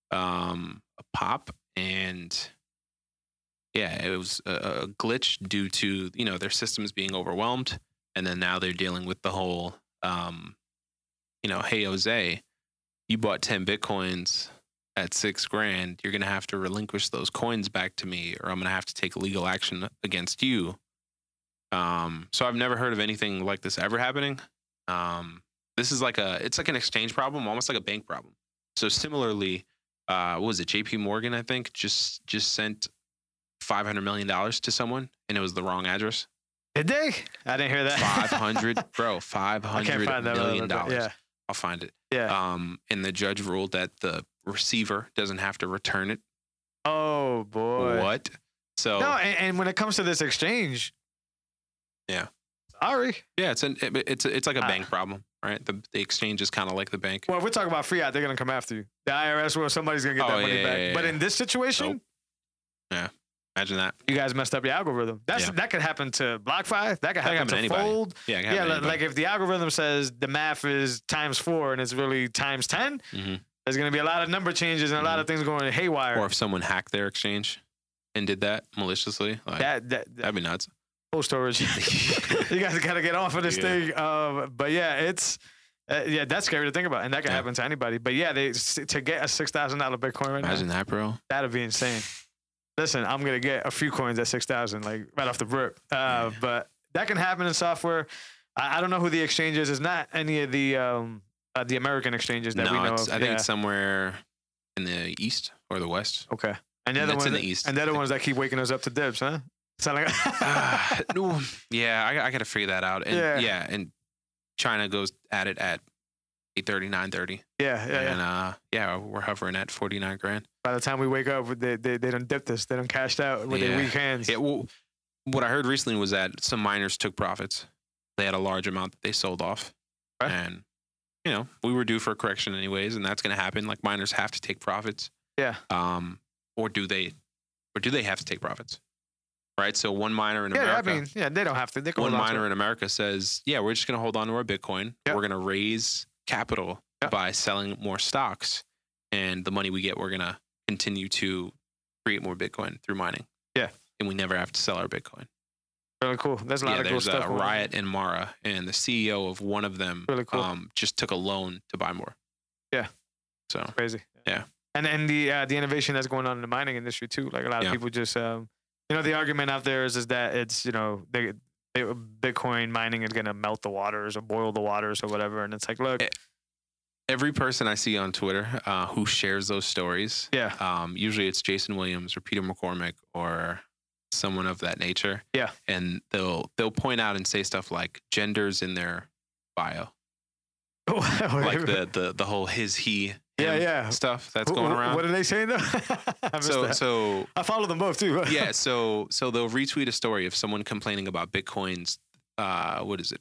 Speaker 2: um, a pop, and yeah, it was a, a glitch due to you know their systems being overwhelmed, and then now they're dealing with the whole, um, you know, hey Jose, you bought ten bitcoins at six grand, you're gonna have to relinquish those coins back to me, or I'm gonna have to take legal action against you. Um, so I've never heard of anything like this ever happening. Um, this is like a it's like an exchange problem, almost like a bank problem. So similarly, uh, what was it? J.P. Morgan, I think, just just sent five hundred million dollars to someone, and it was the wrong address.
Speaker 1: Did they? I didn't hear that.
Speaker 2: Five hundred, bro, five
Speaker 1: I can't
Speaker 2: hundred
Speaker 1: find that.
Speaker 2: million
Speaker 1: but-
Speaker 2: dollars.
Speaker 1: Yeah.
Speaker 2: I'll find it.
Speaker 1: Yeah.
Speaker 2: Um, and the judge ruled that the receiver doesn't have to return it.
Speaker 1: oh boy.
Speaker 2: What? So
Speaker 1: No, and, and when it comes to this exchange.
Speaker 2: Yeah.
Speaker 1: Sorry.
Speaker 2: yeah, it's an it, it's it's like a
Speaker 1: Ah.
Speaker 2: bank problem, right? The the exchange is kind of like the bank.
Speaker 1: Well, if we're talking about free out, they're gonna come after you. The IRS will. Somebody's gonna get
Speaker 2: Oh,
Speaker 1: that money
Speaker 2: yeah,
Speaker 1: back.
Speaker 2: yeah, yeah,
Speaker 1: but
Speaker 2: yeah.
Speaker 1: in this situation,
Speaker 2: Nope. Imagine that.
Speaker 1: you guys messed up your algorithm. That's
Speaker 2: Yeah.
Speaker 1: that could happen to BlockFi. That could
Speaker 2: can
Speaker 1: happen
Speaker 2: happen to
Speaker 1: to
Speaker 2: anybody.
Speaker 1: Fold.
Speaker 2: Yeah, it
Speaker 1: Yeah,
Speaker 2: can happen to
Speaker 1: li-
Speaker 2: anybody.
Speaker 1: like if the algorithm says the math is times four and it's really times 10
Speaker 2: Mhm.
Speaker 1: there's gonna be a lot of number changes and
Speaker 2: Mm-hmm.
Speaker 1: a lot of things going haywire.
Speaker 2: or if someone hacked their exchange and did that maliciously, like
Speaker 1: that that, that
Speaker 2: that'd be nuts.
Speaker 1: cold storage. you guys gotta get off of this
Speaker 2: Yeah.
Speaker 1: thing. Um, but yeah, it's uh, yeah, that's scary to think about, and that can
Speaker 2: Yeah.
Speaker 1: happen to anybody. But yeah, they s- to get a six thousand dollar Bitcoin right
Speaker 2: Imagine that, bro.
Speaker 1: now, that'd be insane. Listen, I'm gonna get a few coins at six thousand, like right off the rip. Uh,
Speaker 2: Yeah.
Speaker 1: But that can happen in software. I, I don't know who the exchange is. It's not any of the um, uh, the American exchanges that
Speaker 2: no,
Speaker 1: we know
Speaker 2: it's,
Speaker 1: of.
Speaker 2: I think
Speaker 1: Yeah.
Speaker 2: it's somewhere in the east or the west.
Speaker 1: okay. And they're
Speaker 2: and
Speaker 1: the
Speaker 2: it's
Speaker 1: ones
Speaker 2: in
Speaker 1: that,
Speaker 2: the east,
Speaker 1: and they're
Speaker 2: I
Speaker 1: the
Speaker 2: think.
Speaker 1: ones that keep waking us up to dibs, huh? Sound like
Speaker 2: Ah, no, yeah, I, I gotta figure that out. And
Speaker 1: Yeah.
Speaker 2: yeah. and China goes at it at 8:30, 9:30,
Speaker 1: yeah, yeah, yeah.
Speaker 2: and uh, yeah, we're hovering at 49 grand.
Speaker 1: By the time we wake up, they they, they don't dip this. They don't cashed out with their
Speaker 2: Yeah.
Speaker 1: weak hands.
Speaker 2: Yeah, well, what I heard recently was that some miners took profits. They had a large amount that they sold off,
Speaker 1: Okay.
Speaker 2: and you know we were due for a correction anyways, and that's going to happen. Like miners have to take profits.
Speaker 1: Yeah.
Speaker 2: Um, or do they, or do they have to take profits? Right. So one miner in
Speaker 1: yeah,
Speaker 2: America,
Speaker 1: I mean, yeah, they don't have to. They can
Speaker 2: one
Speaker 1: hold on to
Speaker 2: miner
Speaker 1: it.
Speaker 2: in America says, yeah, we're just going to hold on to our Bitcoin.
Speaker 1: Yep.
Speaker 2: We're going to raise capital
Speaker 1: Yep.
Speaker 2: by selling more stocks, and the money we get, we're going to continue to create more Bitcoin through mining.
Speaker 1: Yeah.
Speaker 2: And we never have to sell our Bitcoin
Speaker 1: Really cool. There's a lot
Speaker 2: yeah,
Speaker 1: of cool
Speaker 2: there's
Speaker 1: stuff.
Speaker 2: a
Speaker 1: going on.
Speaker 2: riot in Mara, and the CEO of one of them
Speaker 1: Really cool.
Speaker 2: um, just took a loan to buy more.
Speaker 1: Yeah.
Speaker 2: So
Speaker 1: Crazy.
Speaker 2: Yeah.
Speaker 1: And and the uh, the innovation that's going on in the mining industry too. Like a lot of
Speaker 2: Yeah.
Speaker 1: people just um, you know, the argument out there is is that it's you know they. they- Bitcoin mining is gonna melt the waters or boil the waters or whatever, and it's like, look,
Speaker 2: Eh. every person I see on Twitter uh, who shares those stories,
Speaker 1: yeah,
Speaker 2: um, usually it's Jason Williams or Peter McCormick or someone of that nature.
Speaker 1: Yeah.
Speaker 2: And they'll they'll point out and say stuff like genders in their bio, uh, like the the the whole his he
Speaker 1: yeah,
Speaker 2: him
Speaker 1: yeah,
Speaker 2: stuff that's
Speaker 1: Wh-
Speaker 2: going
Speaker 1: wh-
Speaker 2: around.
Speaker 1: What are they saying though? I missed
Speaker 2: so
Speaker 1: that.
Speaker 2: so
Speaker 1: I follow them both too.
Speaker 2: yeah, so so they'll retweet a story of someone complaining about Bitcoin's uh what is it?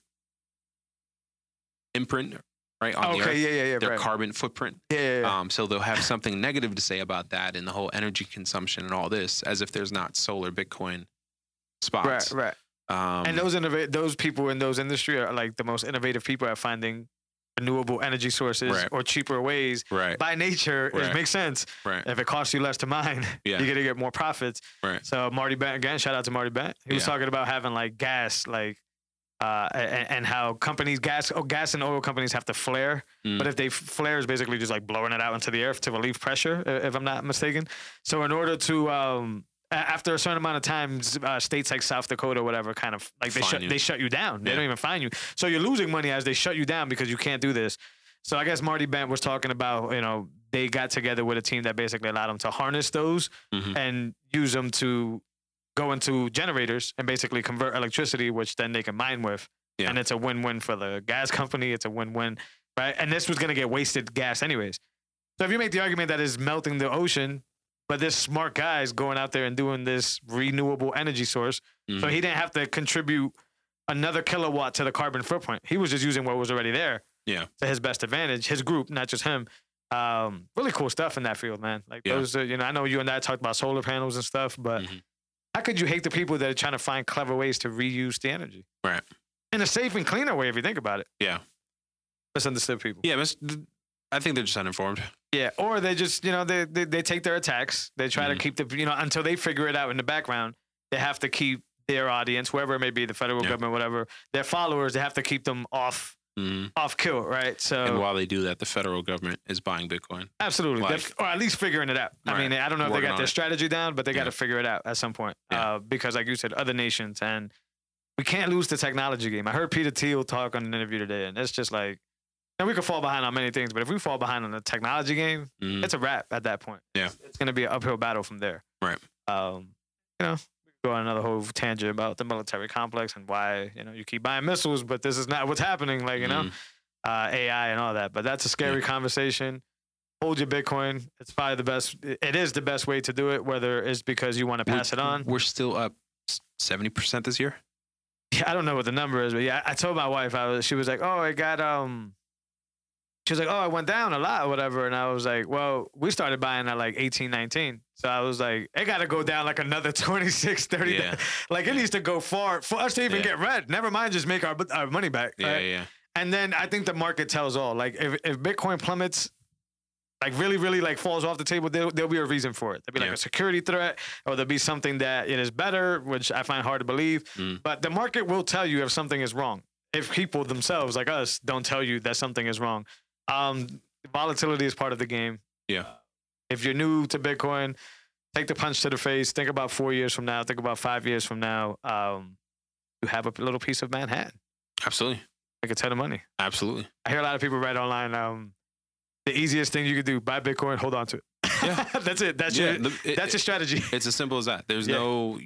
Speaker 2: imprint, right? On the earth,
Speaker 1: okay, yeah, yeah, yeah,
Speaker 2: their
Speaker 1: right.
Speaker 2: carbon footprint.
Speaker 1: yeah, yeah, yeah.
Speaker 2: Um so they'll have something negative to say about that and the whole energy consumption and all this as if there's not solar Bitcoin
Speaker 1: right,
Speaker 2: spots.
Speaker 1: right.
Speaker 2: Um
Speaker 1: and those innova- those people in those industry are like the most innovative people at finding renewable energy sources
Speaker 2: Right.
Speaker 1: or cheaper ways.
Speaker 2: right,
Speaker 1: By nature, it
Speaker 2: Right.
Speaker 1: makes sense.
Speaker 2: right.
Speaker 1: If it costs you less to mine,
Speaker 2: Yeah.
Speaker 1: you're gonna get more profits.
Speaker 2: Right.
Speaker 1: So Marty Bent again, shout out to Marty Bent. He was
Speaker 2: Yeah.
Speaker 1: talking about having like gas, like uh, and, and how companies gas, oh, gas and oil companies have to flare.
Speaker 2: Mm.
Speaker 1: But if they flare is basically just like blowing it out into the air to relieve pressure, i- if I'm not mistaken. So in order to um, a- after a certain amount of time, s- uh, states like South Dakota, or whatever, kind of like they
Speaker 2: Fine
Speaker 1: shut
Speaker 2: you.
Speaker 1: they shut you down. They
Speaker 2: Yeah.
Speaker 1: don't even find you. So you're losing money as they shut you down because you can't do this. So I guess Marty Bent was talking about, you know, they got together with a team that basically allowed them to harness those
Speaker 2: Mhm.
Speaker 1: and use them to go into generators and basically convert electricity, which then they can mine with.
Speaker 2: Yeah.
Speaker 1: And it's a win-win for the gas company. It's a win-win, right? And this was going to get wasted gas anyways. So if you make the argument that is melting the ocean, but this smart guy is going out there and doing this renewable energy source, so
Speaker 2: Mhm.
Speaker 1: he didn't have to contribute another kilowatt to the carbon footprint. He was just using what was already there
Speaker 2: Yeah.
Speaker 1: to his best advantage, his group, not just him. Um, really cool stuff in that field, man. Like
Speaker 2: Yeah.
Speaker 1: those, are, you know, I know you and I talked about solar panels and stuff, but
Speaker 2: Mhm.
Speaker 1: how could you hate the people that are trying to find clever ways to reuse the energy?
Speaker 2: Right.
Speaker 1: In a safe and cleaner way, if you think about it.
Speaker 2: Yeah.
Speaker 1: Misunderstood people.
Speaker 2: Yeah, mis- th- I think they're just uninformed.
Speaker 1: Yeah, or they just you know they they, they take their attacks. They try
Speaker 2: Mhm.
Speaker 1: to keep the you know until they figure it out in the background. They have to keep their audience, wherever it may be, the federal
Speaker 2: Yeah.
Speaker 1: government, whatever, their followers. They have to keep them off
Speaker 2: Mhm.
Speaker 1: off kill, right? So
Speaker 2: And while they do that, the federal government is buying Bitcoin.
Speaker 1: absolutely, They're-
Speaker 2: like-
Speaker 1: or at least figuring it out. I mean, I don't know if
Speaker 2: Working
Speaker 1: they got
Speaker 2: on
Speaker 1: their
Speaker 2: it.
Speaker 1: strategy down, but they got
Speaker 2: Yeah.
Speaker 1: to figure it out at some point.
Speaker 2: Yeah.
Speaker 1: Uh, because, like you said, other nations and we can't lose the technology game. I heard Peter Thiel talk on an interview today, and it's just like, and we could fall behind on many things, but if we fall behind on the technology game,
Speaker 2: Mhm.
Speaker 1: it's a wrap at that point.
Speaker 2: Yeah.
Speaker 1: It's, going to be an uphill battle from there.
Speaker 2: Right.
Speaker 1: Um, you know, we could go on another whole tangent about the military complex and why, you know, you keep buying missiles, but this is not what's happening, like, you know,
Speaker 2: Mhm.
Speaker 1: uh, AI and all that. But that's a scary conversation. Hold your Bitcoin. It's probably the best, it is the best way to do it, whether it's because you want to
Speaker 2: We're-
Speaker 1: pass it on.
Speaker 2: We're still up seventy percent this year.
Speaker 1: Yeah, I don't know what the number is, but yeah, I I told my wife I was. She was like, "Oh, it got um." She was like, "Oh, it went down a lot, or whatever." And I was like, "Well, we started buying at like 18, 19. so I was like, it got to go down like another 26, 30.
Speaker 2: Yeah.
Speaker 1: Like it needs to go far for us to even
Speaker 2: Yeah.
Speaker 1: get red. Never mind, just make our our money back.
Speaker 2: Yeah,
Speaker 1: right?
Speaker 2: yeah.
Speaker 1: And then I think the market tells all. Like if, if Bitcoin plummets, like really, really like falls off the table, there, there'll be a reason for it. There'll be like
Speaker 2: Yeah.
Speaker 1: a security threat, or there'll be something that it is better, which I find hard to believe.
Speaker 2: Mm.
Speaker 1: But the market will tell you if something is wrong. If people themselves, like us, don't tell you that something is wrong. Um, volatility is part of the game.
Speaker 2: Yeah.
Speaker 1: If you're new to Bitcoin, take the punch to the face. Think about four years from now. Think about five years from now. Um, you have a little piece of Manhattan.
Speaker 2: Absolutely,
Speaker 1: Make a ton of money.
Speaker 2: absolutely.
Speaker 1: I hear a lot of people write online. Um, the easiest thing you could do: buy Bitcoin, hold on to it.
Speaker 2: Yeah.
Speaker 1: that's it. That's
Speaker 2: yeah,
Speaker 1: your
Speaker 2: the- it-
Speaker 1: that's your strategy.
Speaker 2: It's as simple as that. There's
Speaker 1: Yeah.
Speaker 2: no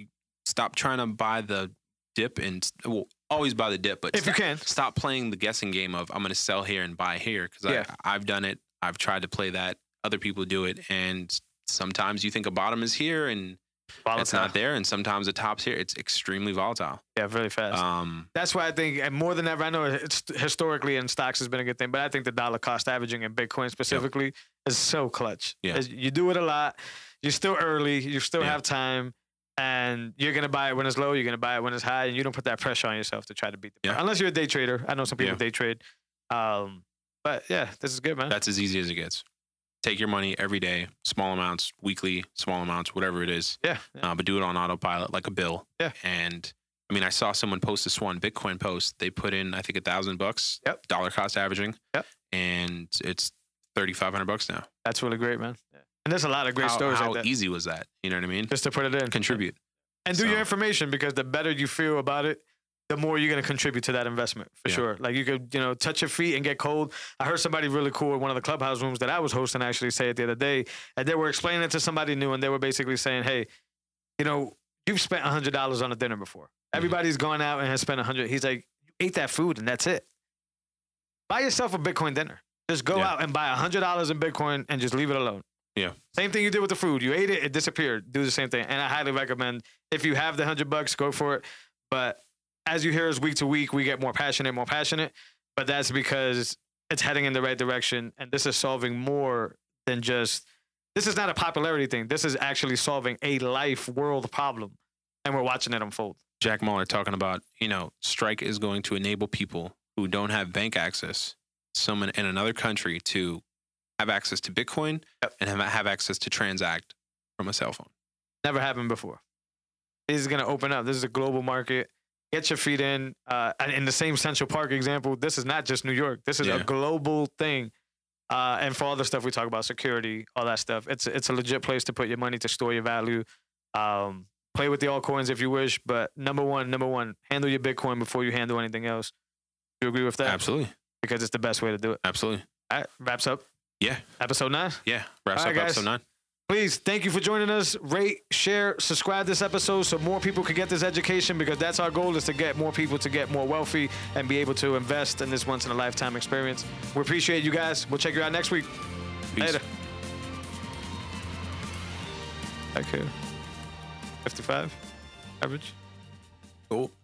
Speaker 2: stop trying to buy the dip and well, always buy the dip, but
Speaker 1: If you
Speaker 2: stop,
Speaker 1: can,
Speaker 2: stop playing the guessing game of I'm going to sell here and buy here because
Speaker 1: Yeah.
Speaker 2: I've done it. I've tried to play that. Other people do it, and sometimes you think a bottom is here and it's
Speaker 1: volatile.
Speaker 2: not there, and sometimes a top's here. It's extremely volatile.
Speaker 1: Yeah, really fast.
Speaker 2: Um,
Speaker 1: that's why I think, and more than ever, I know it's historically in stocks has been a good thing, but I think the dollar cost averaging in Bitcoin specifically is so clutch.
Speaker 2: Yeah.
Speaker 1: As You do it a lot. You're still early. You still
Speaker 2: Yeah.
Speaker 1: have time, and you're gonna buy it when it's low. You're gonna buy it when it's high, and you don't put that pressure on yourself to try to beat the.
Speaker 2: Yeah.
Speaker 1: Unless you're a day trader, I know some people
Speaker 2: Yeah.
Speaker 1: day trade. Um, but yeah, this is good, man.
Speaker 2: that's as easy as it gets. Take your money every day, small amounts, weekly, small amounts, whatever it is.
Speaker 1: yeah. yeah.
Speaker 2: uh, but do it on autopilot like a bill.
Speaker 1: Yeah.
Speaker 2: And I mean, I saw someone post a Swan Bitcoin post. They put in, I think, a thousand bucks.
Speaker 1: Yep.
Speaker 2: Dollar cost averaging.
Speaker 1: Yep.
Speaker 2: And it's thirty five hundred bucks now.
Speaker 1: That's really great, man. And there's a lot of great
Speaker 2: how
Speaker 1: stories
Speaker 2: how
Speaker 1: like that.
Speaker 2: easy was that? You know what I mean?
Speaker 1: Just to put it in,
Speaker 2: Contribute.
Speaker 1: and do
Speaker 2: so.
Speaker 1: your information because the better you feel about it, the more you're gonna contribute to that investment for
Speaker 2: Yeah.
Speaker 1: sure. Like you could, you know, touch your feet and get cold. I heard somebody really cool in one of the clubhouse rooms that I was hosting actually say it the other day, and they were explaining it to somebody new, and they were basically saying, "Hey, you know, you've spent hundred dollars on a dinner before.
Speaker 2: Mm-hmm.
Speaker 1: Everybody's gone out and has spent a hundred. He's like, you ate that food and that's it. Buy yourself a Bitcoin dinner. Just go
Speaker 2: Yeah.
Speaker 1: out and buy hundred dollars in Bitcoin and just leave it alone.
Speaker 2: Yeah.
Speaker 1: Same thing you did with the food. You ate it, it disappeared. Do the same thing. And I highly recommend if you have the hundred bucks, go for it. But as you hear us week to week, we get more passionate, more passionate. But that's because it's heading in the right direction, and this is solving more than just. This is not a popularity thing. This is actually solving a life world problem, and we're watching it unfold.
Speaker 2: Jack Muller talking about, you know, strike is going to enable people who don't have bank access, someone in another country to have access to Bitcoin
Speaker 1: Yep.
Speaker 2: and have, have access to transact from a cell phone.
Speaker 1: Never happened before. This is gonna open up. This is a global market. Get your feet in. Uh, and in the same Central Park example, this is not just New York. This is
Speaker 2: Yeah.
Speaker 1: a global thing. Uh, and for all the stuff we talk about, security, all that stuff, it's it's a legit place to put your money to store your value. Um, play with the altcoins if you wish, but number one, number one, handle your Bitcoin before you handle anything else. You agree with that?
Speaker 2: Absolutely.
Speaker 1: Because it's the best way to do it.
Speaker 2: Absolutely.
Speaker 1: All right, wraps up.
Speaker 2: Yeah.
Speaker 1: Episode nine.
Speaker 2: Yeah.
Speaker 1: All
Speaker 2: Wraps up
Speaker 1: right, guys.
Speaker 2: episode nine.
Speaker 1: Please, thank you for joining us. Rate, share, subscribe this episode so more people can get this education because that's our goal is to get more people to get more wealthy and be able to invest in this once in a lifetime experience. We appreciate you guys. We'll check you out next week.
Speaker 2: Peace.
Speaker 1: Later. Okay. 55 average.
Speaker 2: Cool.